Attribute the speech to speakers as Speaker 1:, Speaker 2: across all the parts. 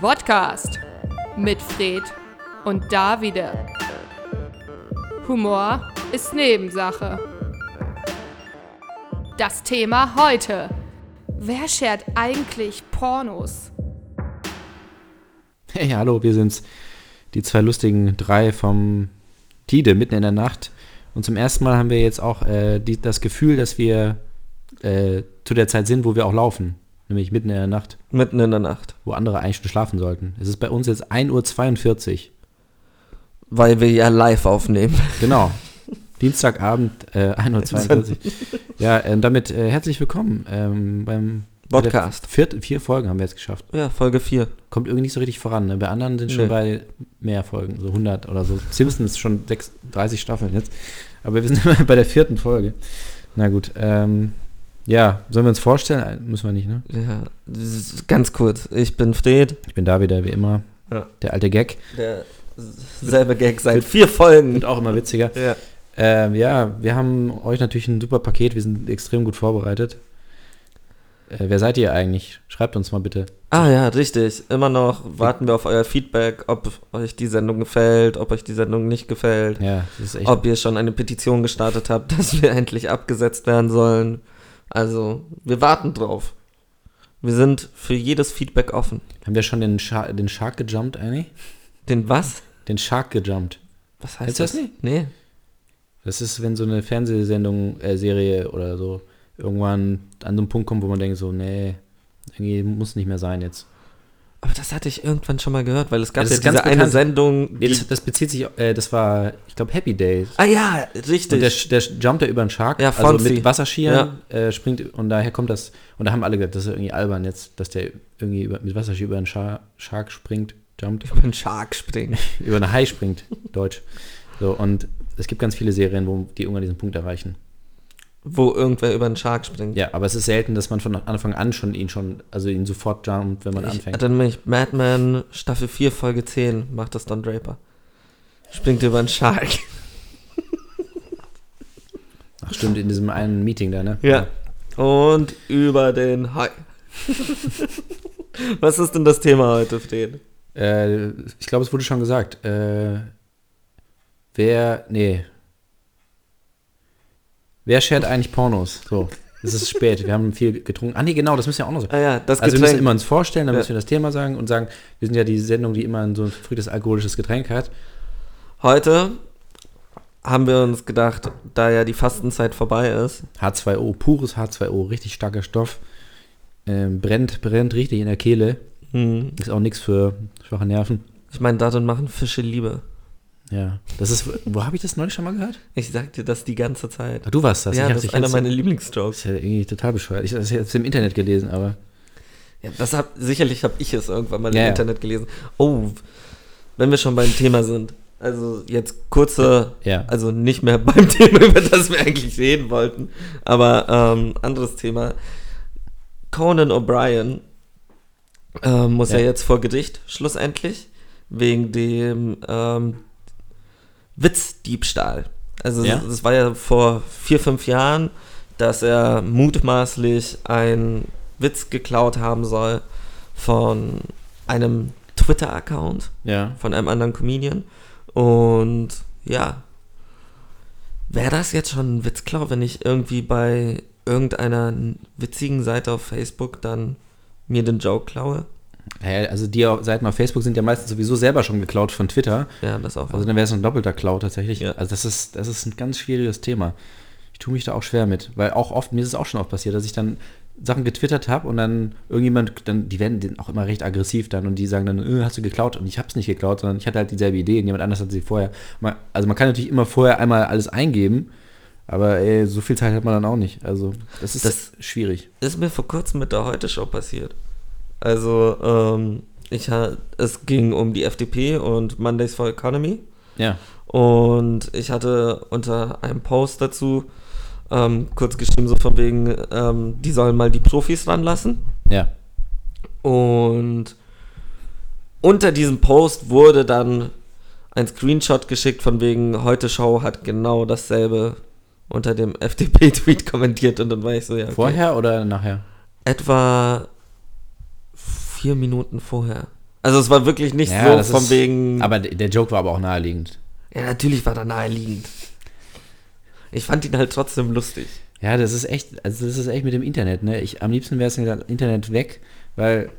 Speaker 1: Podcast mit Fred und Davide. Humor ist Nebensache. Das Thema heute. Wer schert eigentlich Pornos?
Speaker 2: Hey, hallo, wir sind's. Die zwei lustigen drei vom Tide mitten in der Nacht. Und zum ersten Mal haben wir jetzt auch äh, die, das Gefühl, dass wir äh, zu der Zeit sind, wo wir auch laufen. Nämlich mitten in der Nacht,
Speaker 3: Mitten in der Nacht.
Speaker 2: wo andere eigentlich schon schlafen sollten. Es ist bei uns jetzt 1.42 Uhr.
Speaker 3: Weil wir ja live aufnehmen.
Speaker 2: Genau. Dienstagabend, äh, 1.42 Uhr. Ja, äh, damit äh, herzlich willkommen ähm, beim
Speaker 3: Podcast.
Speaker 2: Vier, vier Folgen haben wir jetzt geschafft.
Speaker 3: Ja, Folge 4.
Speaker 2: Kommt irgendwie nicht so richtig voran. Ne? Bei anderen sind schon
Speaker 3: Nee.
Speaker 2: bei mehr Folgen, so 100 oder so. Simpsons schon 6, 30 Staffeln jetzt. Aber wir sind immer bei der vierten Folge. Na gut, ähm, ja, sollen wir uns vorstellen? Äh, Müssen wir nicht, ne?
Speaker 3: Ja, s- s- ganz kurz. Ich bin Fred.
Speaker 2: Ich bin da wieder, wie immer.
Speaker 3: Ja.
Speaker 2: Der alte Gag.
Speaker 3: Der s- selbe Gag seit vier Folgen.
Speaker 2: Wird auch immer witziger.
Speaker 3: Ja.
Speaker 2: Ähm, ja, wir haben euch natürlich ein super Paket. Wir sind extrem gut vorbereitet. Äh, wer seid ihr eigentlich? Schreibt uns mal bitte.
Speaker 3: Ah ja, richtig. Immer noch warten wir auf euer Feedback, ob euch die Sendung gefällt, ob euch die Sendung nicht gefällt,
Speaker 2: Ja, das ist echt.
Speaker 3: ob ihr schon eine Petition gestartet habt, dass wir endlich abgesetzt werden sollen. Also, wir warten drauf. Wir sind für jedes Feedback offen.
Speaker 2: Haben wir schon den, Shark- den Shark gejumpt eigentlich?
Speaker 3: Den was?
Speaker 2: Den Shark gejumpt.
Speaker 3: Was
Speaker 2: Kennst
Speaker 3: heißt
Speaker 2: du das
Speaker 3: das? Nee.
Speaker 2: Das ist, wenn so eine Fernsehsendung, äh, Serie oder so irgendwann an so einen Punkt kommt, wo man denkt so, nee, irgendwie muss nicht mehr sein jetzt.
Speaker 3: Aber das hatte ich irgendwann schon mal gehört, weil es gab
Speaker 2: Das
Speaker 3: ja
Speaker 2: ist ganz
Speaker 3: diese eine
Speaker 2: bekannt.
Speaker 3: Sendung. Die,
Speaker 2: Das, das bezieht sich, äh, das war, ich glaube, Happy Days.
Speaker 3: ah ja,
Speaker 2: Und der,
Speaker 3: richtig.
Speaker 2: der jumpt ja über einen Shark,
Speaker 3: Ja,
Speaker 2: also
Speaker 3: Fonzie.
Speaker 2: mit Wasserschieren äh, springt und daher kommt das. Und da haben alle gesagt, das ist irgendwie albern jetzt, dass der irgendwie über, mit Wasserschieren über einen Shark, Shark springt, jumpt,
Speaker 3: Über den Shark springen.
Speaker 2: über eine Hai springt, Deutsch. So, und es gibt ganz viele Serien, wo die irgendwann diesen Punkt erreichen.
Speaker 3: Wo irgendwer über den Shark springt.
Speaker 2: Ja, aber es ist selten, dass man von Anfang an schon ihn schon, also ihn sofort jumpt, wenn man
Speaker 3: ich
Speaker 2: anfängt.
Speaker 3: erinnere mich, Madman Staffel 4, Folge 10, macht das Don Draper. Springt über den Shark.
Speaker 2: Ach stimmt, in diesem einen Meeting da, ne?
Speaker 3: Und über den Hai. Was ist denn das Thema heute, Fred?
Speaker 2: Äh, ich glaube, es wurde schon gesagt. Äh, wer, nee. Wer schert eigentlich Pornos? So, es ist spät, wir haben viel getrunken. Ah nee, genau, das müssen wir auch noch sagen.
Speaker 3: Ah ja, das
Speaker 2: Also wir
Speaker 3: Getränk.
Speaker 2: müssen immer uns vorstellen, dann
Speaker 3: Ja.
Speaker 2: müssen wir das Thema sagen und sagen, wir sind ja die Sendung, die immer so ein frites alkoholisches Getränk hat.
Speaker 3: heute haben wir uns gedacht, da ja die Fastenzeit vorbei ist,
Speaker 2: H2O, pures H2O, richtig starker Stoff. Ähm, brennt, brennt richtig in der Kehle. Ist auch nichts für schwache Nerven.
Speaker 3: ich meine, darin machen Fische Liebe.
Speaker 2: Ja. Das ist, wo habe ich das neulich schon mal gehört?
Speaker 3: Ich sag dir das die ganze Zeit.
Speaker 2: Ach, du warst das.
Speaker 3: ja,
Speaker 2: Also ich
Speaker 3: das ist einer meiner
Speaker 2: Das
Speaker 3: Lieblingsjokes.
Speaker 2: ist ja irgendwie total bescheuert. Ich habe das jetzt im Internet gelesen, aber
Speaker 3: Ja, das hab, sicherlich habe ich es irgendwann mal
Speaker 2: Ja, ja.
Speaker 3: im Internet gelesen. Oh, wenn wir schon beim Thema sind. Also jetzt kurze,
Speaker 2: Ja.
Speaker 3: also nicht mehr beim Thema, über das wir eigentlich reden wollten, aber ähm, anderes Thema. Conan O'Brien ähm, muss ja.
Speaker 2: Ja.
Speaker 3: jetzt vor Gericht, schlussendlich, wegen dem ähm, Witzdiebstahl. Also
Speaker 2: Ja.
Speaker 3: das war ja vor vier, fünf Jahren, dass er mutmaßlich einen Witz geklaut haben soll von einem Twitter-Account
Speaker 2: ja.
Speaker 3: von einem anderen Comedian. Und ja, wäre das jetzt schon ein Witzklau, wenn ich irgendwie bei irgendeiner witzigen Seite auf Facebook dann mir den Joke klaue?
Speaker 2: Naja, also die auf- Seiten auf Facebook sind ja meistens sowieso selber schon geklaut von Twitter.
Speaker 3: Ja, das auch.
Speaker 2: Also dann wäre es ein doppelter Klau tatsächlich.
Speaker 3: Ja.
Speaker 2: Also das ist, das ist ein ganz schwieriges Thema. Ich tue mich da auch schwer mit, weil auch oft, mir ist es auch schon oft passiert, dass ich dann Sachen getwittert habe und dann irgendjemand, dann, die werden dann auch immer recht aggressiv dann und die sagen dann, äh, hast du geklaut? Und ich habe es nicht geklaut, sondern ich hatte halt dieselbe Idee und jemand anders hatte sie vorher. Man, also man kann natürlich immer vorher einmal alles eingeben, aber ey, so viel Zeit hat man dann auch nicht. Also das ist
Speaker 3: Das-
Speaker 2: schwierig.
Speaker 3: ist mir vor kurzem mit der Heute-Show passiert. Also, ähm, ich ha es ging um die FDP und Mondays for Economy.
Speaker 2: Ja.
Speaker 3: Und ich hatte unter einem Post dazu ähm, kurz geschrieben, so von wegen, ähm, die sollen mal die Profis ranlassen.
Speaker 2: Ja.
Speaker 3: Und unter diesem Post wurde dann ein Screenshot geschickt von wegen, heute Show hat genau dasselbe unter dem FDP-Tweet kommentiert. Und dann war ich so, ja, okay.
Speaker 2: Vorher oder nachher?
Speaker 3: Etwa vier Minuten vorher. Also es war wirklich nicht
Speaker 2: Ja, das
Speaker 3: so von
Speaker 2: ist,
Speaker 3: wegen.
Speaker 2: Aber der Joke war aber auch naheliegend.
Speaker 3: ja, natürlich war da naheliegend. Ich fand ihn halt trotzdem lustig.
Speaker 2: Ja, das ist echt, also das ist echt mit dem Internet, ne? Ich, am liebsten wäre es das Internet weg, weil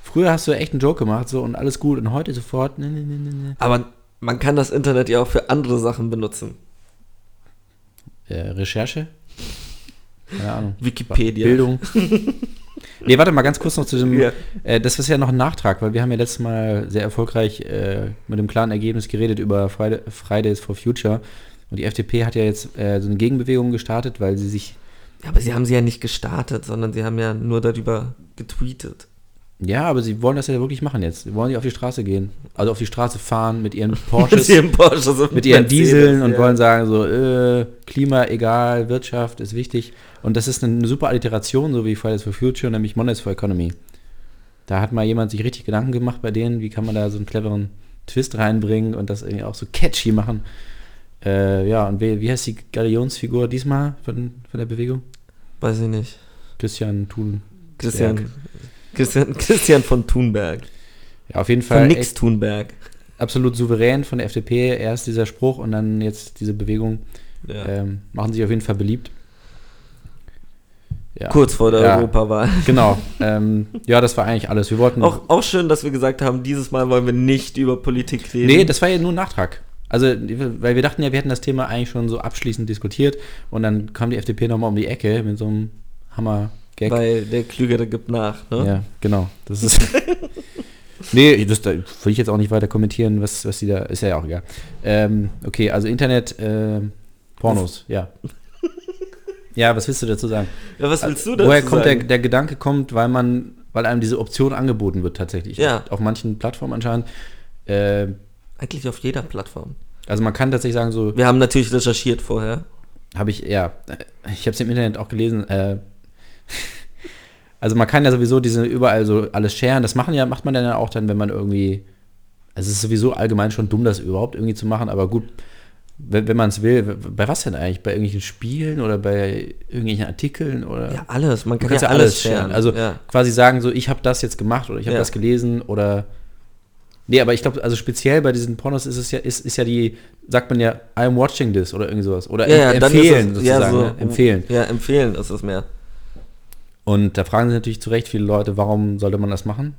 Speaker 2: früher hast du echt einen Joke gemacht so und alles gut und heute sofort, ne, ne, ne, ne,
Speaker 3: Aber man kann das Internet ja auch für andere Sachen benutzen.
Speaker 2: ne. Äh, Recherche? Keine Ahnung.
Speaker 3: Wikipedia.
Speaker 2: Bildung. nee, warte mal ganz kurz noch zu dem,
Speaker 3: Ja.
Speaker 2: äh, das ist ja noch ein Nachtrag, weil wir haben ja letztes Mal sehr erfolgreich äh, mit dem klaren Ergebnis geredet über Friday, Fridays for Future und die FDP hat ja jetzt äh, so eine Gegenbewegung gestartet, weil sie sich
Speaker 3: Ja, aber sie haben sie ja nicht gestartet, sondern sie haben ja nur darüber getweetet.
Speaker 2: Ja, aber sie wollen das ja wirklich machen jetzt. Sie wollen nicht auf die Straße gehen. Also auf die Straße fahren mit ihren
Speaker 3: Mit
Speaker 2: Porsches,
Speaker 3: ihren Porsches und
Speaker 2: mit ihren
Speaker 3: Mercedes,
Speaker 2: Dieseln und
Speaker 3: ja.
Speaker 2: wollen sagen so, äh, Klima egal, Wirtschaft ist wichtig. Und das ist eine super Alliteration, so wie Fridays for Future, nämlich Mondays for Economy. Da hat mal jemand sich richtig Gedanken gemacht bei denen, wie kann man da so einen cleveren Twist reinbringen und das irgendwie auch so catchy machen. Äh, ja, und wie, wie heißt die Galionsfigur diesmal von, von der Bewegung?
Speaker 3: Weiß ich nicht.
Speaker 2: Christian Thun.
Speaker 3: Christian, Christian, Christian von Thunberg.
Speaker 2: Ja, auf jeden
Speaker 3: Von
Speaker 2: Fall.
Speaker 3: Nix Thunberg.
Speaker 2: absolut souverän von der FDP. Erst dieser Spruch und dann jetzt diese Bewegung.
Speaker 3: Ja.
Speaker 2: Ähm, machen sich auf jeden Fall beliebt. Ja.
Speaker 3: Kurz vor der
Speaker 2: Ja.
Speaker 3: Europawahl.
Speaker 2: Genau. ähm, ja, das war eigentlich alles. Wir wollten.
Speaker 3: Auch, auch schön, dass wir gesagt haben, dieses Mal wollen wir nicht über Politik reden.
Speaker 2: nee, das war ja nur ein Nachtrag. Also, weil wir dachten ja, wir hätten das Thema eigentlich schon so abschließend diskutiert und dann kam die FDP nochmal um die Ecke mit so einem Hammer-Gag.
Speaker 3: weil der Klügere gibt nach. Ne?
Speaker 2: Ja, genau. Das ist. nee, das da will ich jetzt auch nicht weiter kommentieren, was, was die da. Ist ja auch egal. Ähm, okay, also Internet, ähm, Pornos, ja. ja, was willst du dazu sagen?
Speaker 3: Ja, was willst du dazu
Speaker 2: Woher kommt der,
Speaker 3: sagen?
Speaker 2: der Gedanke kommt, weil man, weil einem diese Option angeboten wird tatsächlich.
Speaker 3: Ja.
Speaker 2: Auf manchen Plattformen anscheinend. Äh,
Speaker 3: Eigentlich auf jeder Plattform.
Speaker 2: also man kann tatsächlich sagen, so,
Speaker 3: Wir haben natürlich recherchiert vorher.
Speaker 2: Habe ich, ja. Ich habe es im Internet auch gelesen. Äh, also man kann ja sowieso diese überall so alles sharen. Das machen ja, macht man dann ja auch dann, wenn man irgendwie. Also es ist sowieso allgemein schon dumm, das überhaupt irgendwie zu machen, aber gut, wenn, wenn man es will, bei was denn eigentlich? Bei irgendwelchen Spielen oder bei irgendwelchen Artikeln oder.
Speaker 3: Ja, alles. Man
Speaker 2: Du
Speaker 3: kann ja,
Speaker 2: kannst ja alles sharen. Also
Speaker 3: ja.
Speaker 2: quasi sagen, so ich habe das jetzt gemacht oder ich habe
Speaker 3: Ja.
Speaker 2: das gelesen oder Nee, aber ich glaube, also speziell bei diesen Pornos ist es ja, ist, ist ja die, sagt man ja, I'm watching this oder irgendwie sowas. Oder
Speaker 3: Ja, ja,
Speaker 2: em-
Speaker 3: dann ist
Speaker 2: empfehlen
Speaker 3: es,
Speaker 2: sozusagen.
Speaker 3: Ja, so, um
Speaker 2: ne? Empfehlen.
Speaker 3: Ja, empfehlen ist es mehr.
Speaker 2: Und da fragen sich natürlich zu Recht viele Leute, warum sollte man das machen?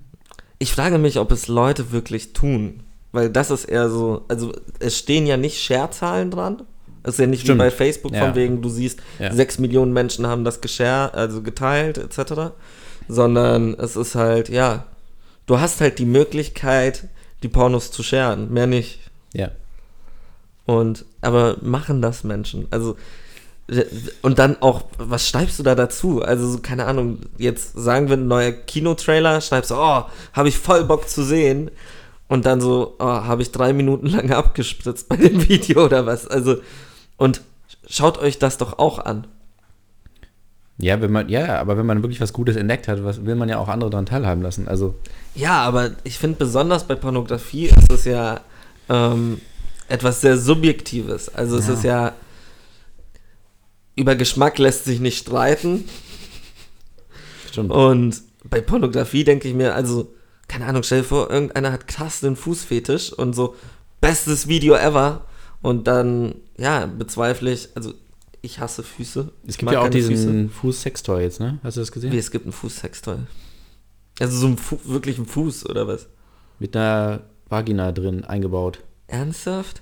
Speaker 3: Ich frage mich, ob es Leute wirklich tun. Weil das ist eher so, also es stehen ja nicht Share-Zahlen dran. Es ist ja nicht
Speaker 2: Stimmt.
Speaker 3: wie bei Facebook,
Speaker 2: Ja.
Speaker 3: von wegen du siehst,
Speaker 2: Ja.
Speaker 3: sechs Millionen Menschen haben das geshare, also geteilt, etc. Sondern es ist halt, ja, du hast halt die Möglichkeit, die Pornos zu sharen, mehr nicht.
Speaker 2: Ja.
Speaker 3: Und, aber machen das Menschen? Also, und dann auch, was schreibst du da dazu? Also, so, keine Ahnung, jetzt sagen wir ein neuer Kinotrailer, schreibst du, oh, habe ich voll Bock zu sehen. Und dann so, oh, habe ich drei Minuten lang abgespritzt bei dem Video oder was? Also, und schaut euch das doch auch an.
Speaker 2: Ja, wenn man, ja, aber wenn man wirklich was Gutes entdeckt hat, was, will man ja auch andere daran teilhaben lassen. Also,
Speaker 3: Ja, aber ich finde besonders bei Pornografie ist es ja ähm, etwas sehr Subjektives. Also es
Speaker 2: Ja.
Speaker 3: ist ja über Geschmack lässt sich nicht streiten.
Speaker 2: stimmt.
Speaker 3: Und bei Pornografie denke ich mir, also, keine Ahnung, stell dir vor, irgendeiner hat krass den Fußfetisch und so, bestes Video ever. Und dann, ja, bezweifle ich, also ich hasse Füße.
Speaker 2: es
Speaker 3: Ich
Speaker 2: gibt
Speaker 3: mag
Speaker 2: ja auch
Speaker 3: keine Füße.
Speaker 2: diesen Fuß-Sextoy jetzt, ne? Hast du das gesehen?
Speaker 3: Wie, es gibt einen Fußsextoy. Also so einen Fu wirklich einen Fuß oder was?
Speaker 2: Mit einer Vagina drin eingebaut.
Speaker 3: Ernsthaft?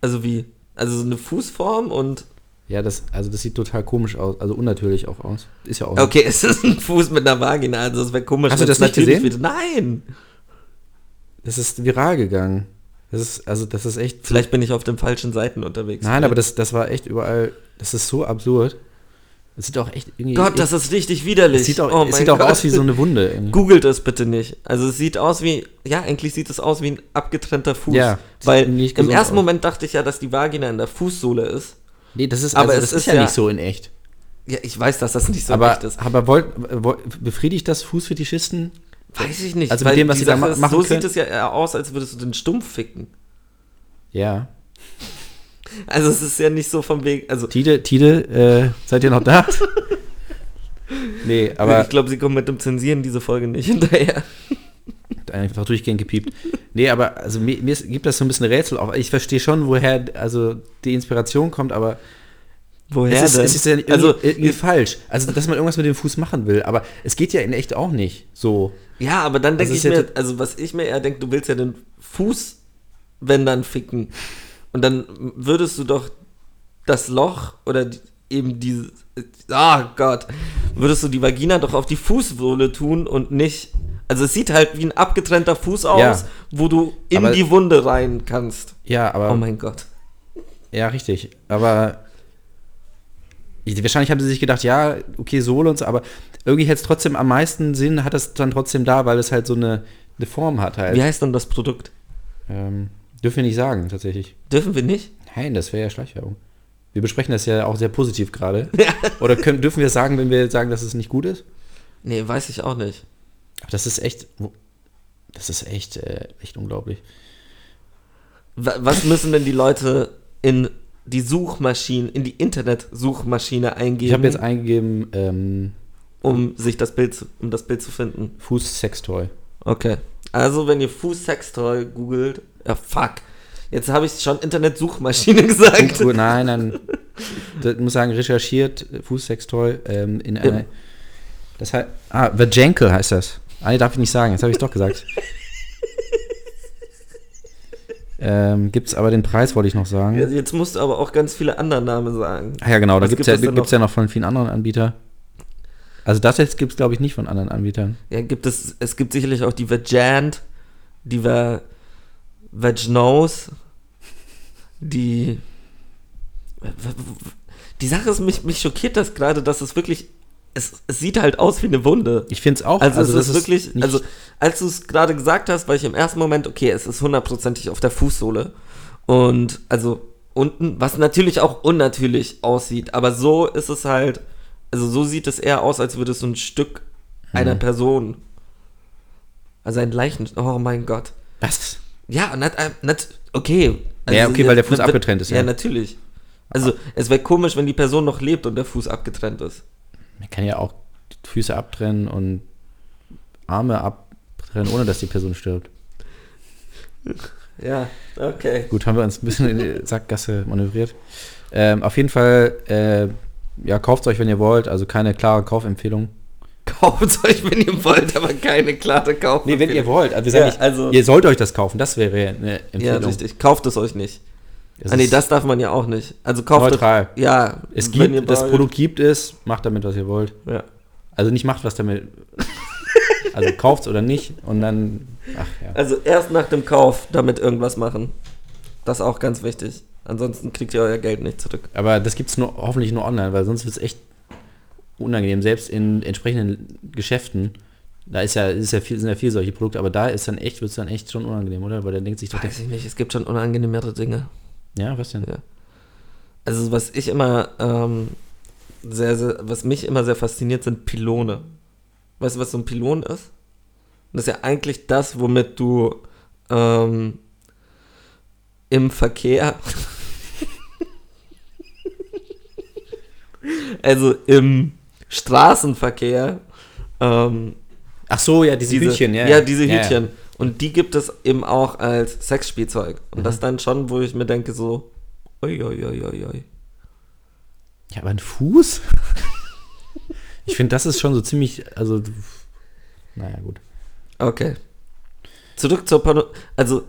Speaker 3: Also wie? Also so eine Fußform und.
Speaker 2: Ja, das, also das sieht total komisch aus, also unnatürlich auch aus. Ist ja auch.
Speaker 3: Okay, es ist ein Fuß mit einer Vagina, also das wäre komisch.
Speaker 2: Oh. Hast du
Speaker 3: wenn's
Speaker 2: das nicht
Speaker 3: natürlich
Speaker 2: gesehen?
Speaker 3: Wieder. Nein!
Speaker 2: Das ist viral gegangen. Das ist, also das ist echt.
Speaker 3: Vielleicht bin ich auf den falschen Seiten unterwegs.
Speaker 2: Nein, aber das, das war echt überall. Das ist so absurd. Es sieht auch echt irgendwie.
Speaker 3: Gott, das ist richtig widerlich.
Speaker 2: es sieht auch,
Speaker 3: Oh
Speaker 2: es
Speaker 3: mein
Speaker 2: sieht auch
Speaker 3: Gott.
Speaker 2: aus wie so eine Wunde. irgendwie.
Speaker 3: Googelt es bitte nicht. Also es sieht aus wie, ja, eigentlich sieht es aus wie ein abgetrennter Fuß.
Speaker 2: Ja, sieht
Speaker 3: weil
Speaker 2: nicht
Speaker 3: im
Speaker 2: gesund
Speaker 3: ersten
Speaker 2: aus.
Speaker 3: Moment dachte ich ja, dass die Vagina in der Fußsohle ist.
Speaker 2: Nee, das ist,
Speaker 3: Aber
Speaker 2: aber
Speaker 3: es
Speaker 2: das
Speaker 3: ist
Speaker 2: ist ja,
Speaker 3: ja-
Speaker 2: nicht so in echt.
Speaker 3: Ja, ich weiß, dass das nicht so
Speaker 2: aber
Speaker 3: echt ist.
Speaker 2: aber wollt, wollt, befriedigt das Fußfetischisten?
Speaker 3: Weiß ich nicht.
Speaker 2: Also mit dem, was
Speaker 3: die
Speaker 2: sie da
Speaker 3: Sache
Speaker 2: ma-
Speaker 3: ist,
Speaker 2: machen
Speaker 3: So
Speaker 2: können-
Speaker 3: sieht es ja eher aus, als würdest du den Stumpf ficken.
Speaker 2: Ja.
Speaker 3: Also es ist ja nicht so vom Weg, also
Speaker 2: Tide, Tide, äh, seid ihr noch da? nee, aber
Speaker 3: ich glaube, sie kommen mit dem Zensieren diese Folge nicht hinterher.
Speaker 2: einfach durchgehend gepiept. nee, aber also mir, mir ist- gibt das so ein bisschen Rätsel auf. Ich verstehe schon, woher also die Inspiration kommt, aber
Speaker 3: Woher
Speaker 2: es ist,
Speaker 3: denn?
Speaker 2: es ist ja irgendwie,
Speaker 3: also,
Speaker 2: irgendwie falsch. Also, dass man irgendwas mit dem Fuß machen will, aber es geht ja in echt auch nicht so.
Speaker 3: ja, aber dann denke
Speaker 2: Also
Speaker 3: ich
Speaker 2: es ist ja
Speaker 3: mir, also was ich mir eher denke, du willst ja den Fuß, wenn dann ficken. Und dann würdest du doch das Loch oder die, eben diese, ah Gott, würdest du die Vagina doch auf die Fußsohle tun und nicht, also es sieht halt wie ein abgetrennter Fuß aus,
Speaker 2: Ja.
Speaker 3: wo du in
Speaker 2: Aber- Ähm,
Speaker 3: die Wunde rein kannst.
Speaker 2: Ja, aber.
Speaker 3: Oh mein Gott.
Speaker 2: Ja, richtig. Aber ich- wahrscheinlich haben sie sich gedacht, ja, okay, Sohle und so, aber irgendwie hätte es trotzdem am meisten Sinn, hat das dann trotzdem da, weil es halt so eine, eine Form hat halt.
Speaker 3: Wie heißt denn das Produkt?
Speaker 2: Ähm, dürfen wir nicht sagen, tatsächlich.
Speaker 3: Dürfen wir nicht?
Speaker 2: Nein, das wäre ja Schleichwerbung. Wir besprechen das ja auch sehr positiv gerade. Oder können, dürfen wir sagen, wenn wir sagen, dass es nicht gut ist?
Speaker 3: Nee, weiß ich auch nicht.
Speaker 2: Aber das ist echt, das ist echt, äh, echt unglaublich.
Speaker 3: Wa- Was müssen denn die Leute in die Suchmaschinen, in die Internetsuchmaschine eingeben,
Speaker 2: Ich habe jetzt eingegeben, ähm,
Speaker 3: um sich das Bild, zu- um das Bild zu finden?
Speaker 2: Fuß-Sextoy.
Speaker 3: Okay. Also wenn ihr Fußsextoy googelt, ja fuck. Jetzt habe ich schon Internetsuchmaschine gesagt.
Speaker 2: Gut, nein, nein. Das muss sagen, recherchiert, äh, Fußsextoy, ähm, in einer. Das heißt. Ah, Vajenkel heißt das. Ah, nee, darf ich nicht sagen, jetzt habe ich es doch gesagt. ähm, gibt es aber den Preis, wollte ich noch sagen.
Speaker 3: Jetzt musst du aber auch ganz viele andere Namen sagen.
Speaker 2: Ah ja, genau, da
Speaker 3: Was
Speaker 2: gibt es
Speaker 3: gibt
Speaker 2: ja,
Speaker 3: es denn
Speaker 2: gibt's ja noch von vielen anderen Anbietern. Also das jetzt gibt es, glaube ich, nicht von anderen Anbietern.
Speaker 3: Ja, gibt es, es gibt sicherlich auch die Vagant, die Va Vaginos, die. Die Sache ist, mich, mich schockiert das gerade, dass es wirklich. Es, es sieht halt aus wie eine Wunde.
Speaker 2: Ich finde es auch.
Speaker 3: Also, es
Speaker 2: das
Speaker 3: ist wirklich.
Speaker 2: nicht-
Speaker 3: also, als du es gerade gesagt hast, war ich im ersten Moment, okay, es ist hundertprozentig auf der Fußsohle. Und also unten, was natürlich auch unnatürlich aussieht, aber so ist es halt. Also so sieht es eher aus, als würde es so ein Stück einer
Speaker 2: Mhm.
Speaker 3: Person. Also ein Leichen. Oh mein Gott.
Speaker 2: was?
Speaker 3: Ja, nat, äh, nat, okay.
Speaker 2: Ja, okay, weil der Fuß
Speaker 3: na-
Speaker 2: abgetrennt ist,
Speaker 3: Ja,
Speaker 2: ja.
Speaker 3: natürlich. Also es wäre komisch, wenn die Person noch lebt und der Fuß abgetrennt ist.
Speaker 2: Man kann ja auch die Füße abtrennen und Arme abtrennen, ohne dass die Person stirbt.
Speaker 3: Ja, okay.
Speaker 2: Gut, haben wir uns ein bisschen in die Sackgasse manövriert. Ähm, auf jeden Fall, äh, ja, kauft euch, wenn ihr wollt. Also keine klare Kaufempfehlung.
Speaker 3: Kauft euch, wenn ihr wollt, aber keine klare Kauf.
Speaker 2: Nee, wenn ihr wollt. Also, wir
Speaker 3: sagen
Speaker 2: sagen
Speaker 3: Ja, nicht,
Speaker 2: nicht,
Speaker 3: also-
Speaker 2: ihr sollt euch das kaufen. Das wäre eine
Speaker 3: Ja,
Speaker 2: Empfehlung.
Speaker 3: richtig. Kauft es euch nicht.
Speaker 2: Es
Speaker 3: ah, nee,
Speaker 2: ist-
Speaker 3: das darf man ja auch nicht. Also kauft
Speaker 2: Neutral.
Speaker 3: Euch, ja,
Speaker 2: es
Speaker 3: wenn ihr
Speaker 2: gibt, das
Speaker 3: wollt.
Speaker 2: Produkt gibt es, macht damit, was ihr wollt.
Speaker 3: Ja.
Speaker 2: Also nicht macht was damit. also kauft's oder nicht. Und dann, ach ja.
Speaker 3: Also erst nach dem Kauf damit irgendwas machen. Das ist auch ganz wichtig. Ansonsten kriegt ihr euer Geld nicht zurück.
Speaker 2: Aber das gibt es nur, hoffentlich nur online, weil sonst wird es echt unangenehm. Selbst in entsprechenden Geschäften, da ist ja, ist ja viel, sind ja viel solche Produkte, aber da ist dann echt, wird es dann echt schon unangenehm, oder? Weil dann denkt sich doch der,
Speaker 3: Weiß ich nicht, es gibt schon unangenehmere Dinge.
Speaker 2: ja, was denn?
Speaker 3: Ja. Also was ich immer ähm, sehr, sehr, was mich immer sehr fasziniert, sind Pylone. Weißt du, was so ein Pylon ist? Das ist ja eigentlich das, womit du ähm, im Verkehr, also im Straßenverkehr, ähm,
Speaker 2: Ach so, ja, diese, Hütchen, ja.
Speaker 3: ja, diese
Speaker 2: ja,
Speaker 3: Hütchen. Und die gibt es eben auch als Sexspielzeug.
Speaker 2: Mhm.
Speaker 3: Und das dann schon, wo ich mir denke, so, oi, oi, oi, oi, oi.
Speaker 2: Ja, aber ein Fuß? ich finde, das ist schon so ziemlich, also, naja, gut.
Speaker 3: Okay. Zurück zur Porno. Also,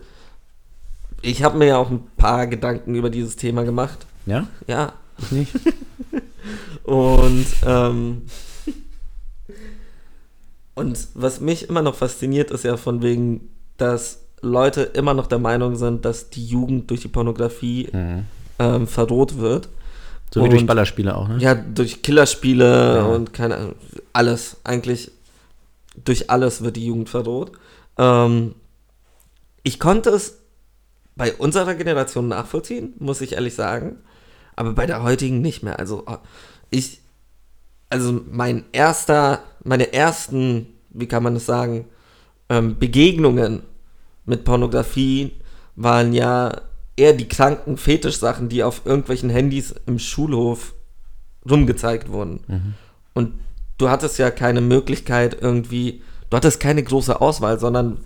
Speaker 3: ich habe mir ja auch ein paar Gedanken über dieses Thema gemacht.
Speaker 2: Ja,
Speaker 3: Ja.
Speaker 2: ich nicht.
Speaker 3: Und, ähm. Und was mich immer noch fasziniert, ist ja von wegen, dass Leute immer noch der Meinung sind, dass die Jugend durch die Pornografie
Speaker 2: Mhm.
Speaker 3: ähm, verroht wird.
Speaker 2: So wie durch
Speaker 3: Und-
Speaker 2: Ballerspiele auch, ne?
Speaker 3: Ja, durch Killerspiele
Speaker 2: Ja.
Speaker 3: und keine Ahnung, alles. Eigentlich durch alles wird die Jugend verdroht. Ähm, ich konnte es bei unserer Generation nachvollziehen, muss ich ehrlich sagen. Aber bei der heutigen nicht mehr. Also oh, ich, also mein erster, meine ersten, wie kann man das sagen, ähm, Begegnungen mit Pornografie waren ja eher die kranken Fetischsachen, die auf irgendwelchen Handys im Schulhof rumgezeigt wurden. Und du hattest ja keine Möglichkeit irgendwie, du hattest keine große Auswahl, sondern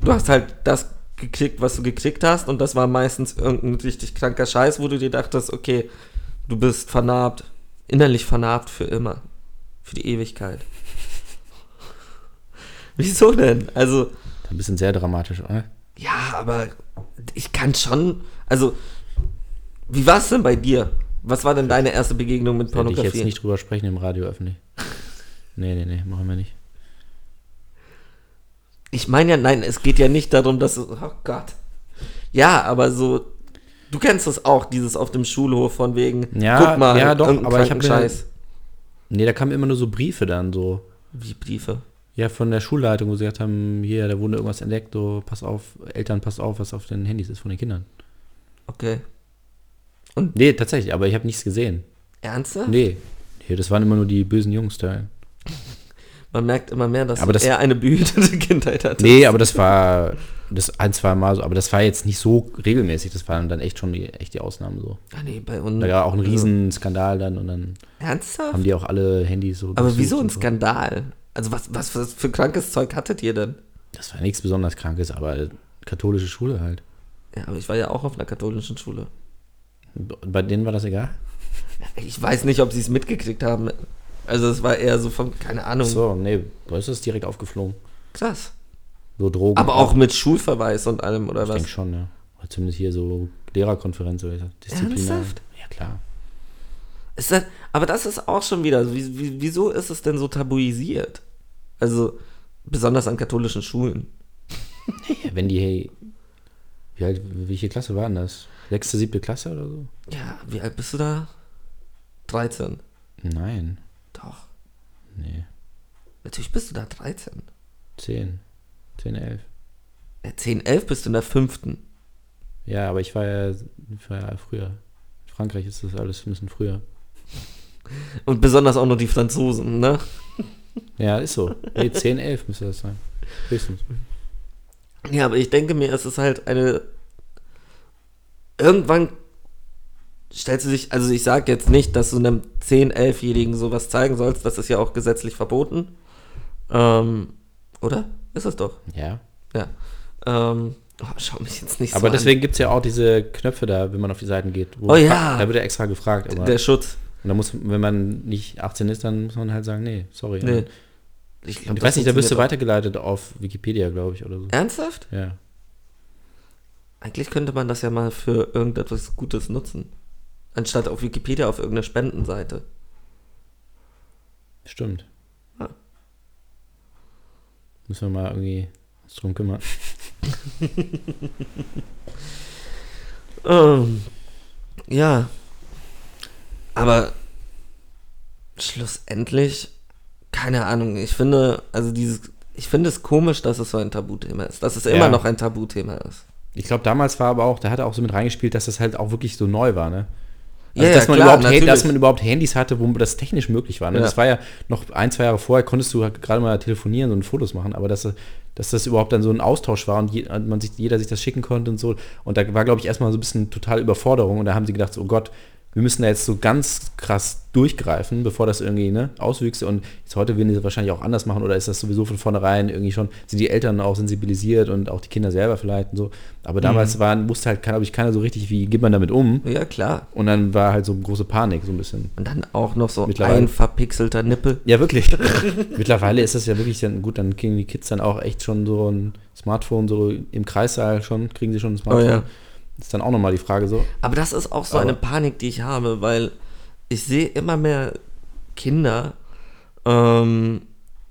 Speaker 3: du hast halt das geklickt, was du geklickt hast und das war meistens irgendein richtig kranker Scheiß, wo du dir dachtest, okay, du bist vernarbt, innerlich vernarbt für immer, für die Ewigkeit. Wieso denn? Also,
Speaker 2: Ein bisschen sehr dramatisch, oder?
Speaker 3: ja, aber ich kann schon, also, wie war es denn bei dir? Was war denn deine erste Begegnung mit
Speaker 2: Werde ich
Speaker 3: Pornografie?
Speaker 2: jetzt nicht drüber sprechen im Radio öffentlich. Nee, nee, nee, machen wir nicht.
Speaker 3: Ich meine ja, nein, es geht ja nicht darum, dass. du- Oh Gott. Ja, aber so. Du kennst das auch, dieses auf dem Schulhof von wegen.
Speaker 2: Ja, ja, doch,
Speaker 3: irgendeinen
Speaker 2: aber ich
Speaker 3: kranken
Speaker 2: hab mir-
Speaker 3: Scheiß.
Speaker 2: Nee, da kamen immer nur so Briefe dann so.
Speaker 3: Wie Briefe.
Speaker 2: Ja, von der Schulleitung, wo sie gesagt haben, hier, da wurde irgendwas entdeckt, so, pass auf, Eltern, pass auf, was auf den Handys ist von den Kindern.
Speaker 3: Okay.
Speaker 2: Nee, tatsächlich, aber ich habe nichts gesehen.
Speaker 3: Ernsthaft?
Speaker 2: Nee. Nee, das waren immer nur die bösen Jungs da.
Speaker 3: Man merkt immer mehr, dass
Speaker 2: Aber das-
Speaker 3: er eine behütete Kindheit hatte.
Speaker 2: Nee, aber das war das ein, zwei Mal so, aber das war jetzt nicht so regelmäßig, das waren dann echt schon die, echt die Ausnahmen so.
Speaker 3: Ah, nee, bei uns. Also,
Speaker 2: Da war auch ein Riesenskandal dann und dann haben
Speaker 3: Ernsthaft?
Speaker 2: die auch alle Handys so.
Speaker 3: Aber
Speaker 2: durchsucht
Speaker 3: wieso ein
Speaker 2: und so.
Speaker 3: Skandal? Also, was, was, was für krankes Zeug hattet ihr denn?
Speaker 2: Das war nichts besonders Krankes, aber katholische Schule halt.
Speaker 3: Ja, aber ich war ja auch auf einer katholischen Schule.
Speaker 2: Bei denen war das egal?
Speaker 3: Ich weiß nicht, ob sie es mitgekriegt haben. Also, es war eher so von, keine Ahnung.
Speaker 2: So, nee, da ist es direkt aufgeflogen.
Speaker 3: Krass.
Speaker 2: So Drogen.
Speaker 3: Aber auch mit Schulverweis und allem, oder
Speaker 2: Ich
Speaker 3: was?
Speaker 2: denke schon, ja. Oder zumindest hier so Lehrerkonferenz oder Disziplinar.
Speaker 3: Ernsthaft?
Speaker 2: Ja, klar.
Speaker 3: Ist das, aber das ist auch schon wieder, so, wie, wie, wieso ist es denn so tabuisiert? Also, besonders an katholischen Schulen.
Speaker 2: Ja, wenn die, hey, wie alt, welche Klasse waren das? Sechste, siebte Klasse oder so?
Speaker 3: Ja, wie alt bist du da? 13.
Speaker 2: Nein.
Speaker 3: Doch,
Speaker 2: Nee.
Speaker 3: natürlich bist du da 13.
Speaker 2: Zehn. Zehn, elf.
Speaker 3: Ja, 10, 11 Äh, bist du in der fünften.
Speaker 2: Ja, aber ich war ja, ich war ja früher. In Frankreich ist das alles ein bisschen früher.
Speaker 3: Und besonders auch noch die Franzosen, ne?
Speaker 2: Ja, ist so. Nee, 10, 11 müsste das sein. Höchstens.
Speaker 3: Ja, aber ich denke mir, es ist halt eine. Irgendwann stellst du dich, also ich sage jetzt nicht, dass du einem 10-, 11-Jährigen sowas zeigen sollst, das ist ja auch gesetzlich verboten. Ähm, oder? Ist es doch.
Speaker 2: Ja.
Speaker 3: Ja. Ähm, oh, schau mich jetzt nicht
Speaker 2: Aber
Speaker 3: so
Speaker 2: deswegen gibt es ja auch diese Knöpfe da, wenn man auf die Seiten geht. Wo
Speaker 3: Oh ja.
Speaker 2: Da wird ja extra gefragt.
Speaker 3: an.
Speaker 2: Aber
Speaker 3: Der Schutz.
Speaker 2: und da muss, wenn man nicht 18 ist, dann muss man halt sagen, nee, sorry.
Speaker 3: Nee.
Speaker 2: Und
Speaker 3: Ich,
Speaker 2: ich weiß nicht, da wirst du
Speaker 3: weiter.
Speaker 2: weitergeleitet auf Wikipedia, glaube ich, oder so.
Speaker 3: Ernsthaft?
Speaker 2: Ja.
Speaker 3: Eigentlich könnte man das ja mal für irgendetwas Gutes nutzen. Anstatt auf Wikipedia auf irgendeiner Spendenseite.
Speaker 2: Stimmt.
Speaker 3: Ja.
Speaker 2: Müssen wir mal irgendwie uns drum kümmern.
Speaker 3: Ähm, ja. Aber schlussendlich, keine Ahnung, ich finde, also dieses, ich finde es komisch, dass es so ein Tabuthema ist, dass es immer
Speaker 2: Ja.
Speaker 3: noch ein Tabuthema ist.
Speaker 2: Ich glaube, damals war aber auch, da hat er auch so mit reingespielt, dass das halt auch wirklich so neu war, ne? Also,
Speaker 3: Ja, ja,
Speaker 2: dass, man
Speaker 3: klar,
Speaker 2: überhaupt Hand- dass
Speaker 3: natürlich.
Speaker 2: man überhaupt Handys hatte, wo das technisch möglich war. Ne?
Speaker 3: Ja.
Speaker 2: Das war ja noch ein, zwei Jahre vorher, konntest du halt gerade mal telefonieren und Fotos machen, aber dass, dass das überhaupt dann so ein Austausch war und, je, und man sich, jeder sich das schicken konnte und so. Und da war, glaube ich, erstmal so ein bisschen total Überforderung und da haben sie gedacht, so, oh Gott, wir müssen da jetzt so ganz krass durchgreifen, bevor das irgendwie ne, auswüchse. Und jetzt heute würden die das wahrscheinlich auch anders machen oder ist das sowieso von vornherein irgendwie schon, sind die Eltern auch sensibilisiert und auch die Kinder selber vielleicht und so. Aber damals
Speaker 3: Mhm.
Speaker 2: waren, wusste halt, glaube ich, keiner so richtig, wie geht man damit um.
Speaker 3: Ja, klar.
Speaker 2: Und dann war halt so große Panik, so ein bisschen.
Speaker 3: Und dann auch noch so
Speaker 2: Mittlerweile-
Speaker 3: ein verpixelter Nippel.
Speaker 2: Ja, wirklich. Mittlerweile ist das ja wirklich dann gut, dann kriegen die Kids dann auch echt schon so ein Smartphone, so im Kreissaal schon, kriegen sie schon ein Smartphone.
Speaker 3: Oh, ja.
Speaker 2: Ist dann auch nochmal die Frage so.
Speaker 3: Aber das ist auch so eine
Speaker 2: Aber-
Speaker 3: Panik, die ich habe, weil ich sehe immer mehr Kinder ähm,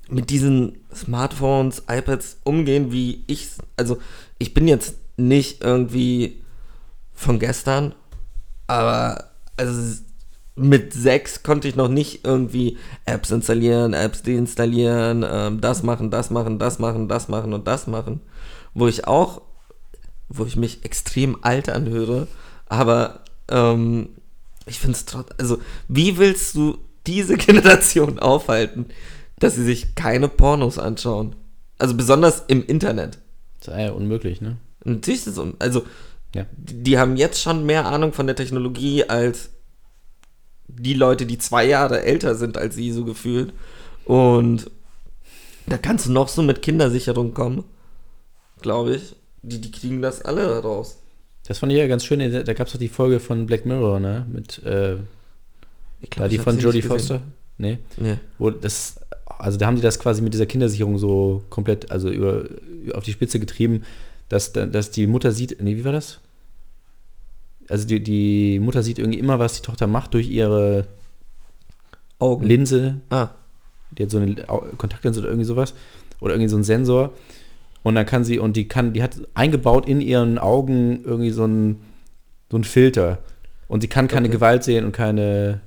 Speaker 3: mit diesen Smartphones, iPads umgehen, wie ich. Also ich bin jetzt nicht irgendwie von gestern, aber also mit sechs konnte ich noch nicht irgendwie Apps installieren, Apps deinstallieren, ähm, das machen, das machen, das machen, das machen und das machen. Wo ich auch wo ich mich extrem alt anhöre, aber ähm, ich finde es trotzdem, also wie willst du diese Generation aufhalten, dass sie sich keine Pornos anschauen? Also besonders im Internet.
Speaker 2: Das ist ja unmöglich, ne?
Speaker 3: Natürlich ist es, um- also
Speaker 2: Ja.
Speaker 3: die die haben jetzt schon mehr Ahnung von der Technologie als die Leute, die zwei Jahre älter sind als sie, so gefühlt. Und da kannst du noch so mit Kindersicherung kommen. glaube ich. Die, die kriegen das alle raus.
Speaker 2: Das fand ich ja ganz schön. Da gab es doch die Folge von Black Mirror, ne? Mit, äh,
Speaker 3: Ich glaub,
Speaker 2: war die
Speaker 3: ich hab
Speaker 2: von
Speaker 3: sie nicht
Speaker 2: Jodie
Speaker 3: gesehen.
Speaker 2: Foster? Nee.
Speaker 3: Nee.
Speaker 2: Wo das, also da haben die das quasi mit dieser Kindersicherung so komplett, also über, auf die Spitze getrieben, dass, da- dass die Mutter sieht, nee, wie war das? Also die, die Mutter sieht irgendwie immer, was die Tochter macht durch ihre
Speaker 3: Augen.
Speaker 2: Linse,
Speaker 3: ah,
Speaker 2: die hat so eine Au- Kontaktlinse oder irgendwie sowas oder irgendwie so einen Sensor und dann kann sie und die kann die hat eingebaut in ihren Augen irgendwie so einen so einen Filter und sie kann keine
Speaker 3: Okay.
Speaker 2: Gewalt sehen und keine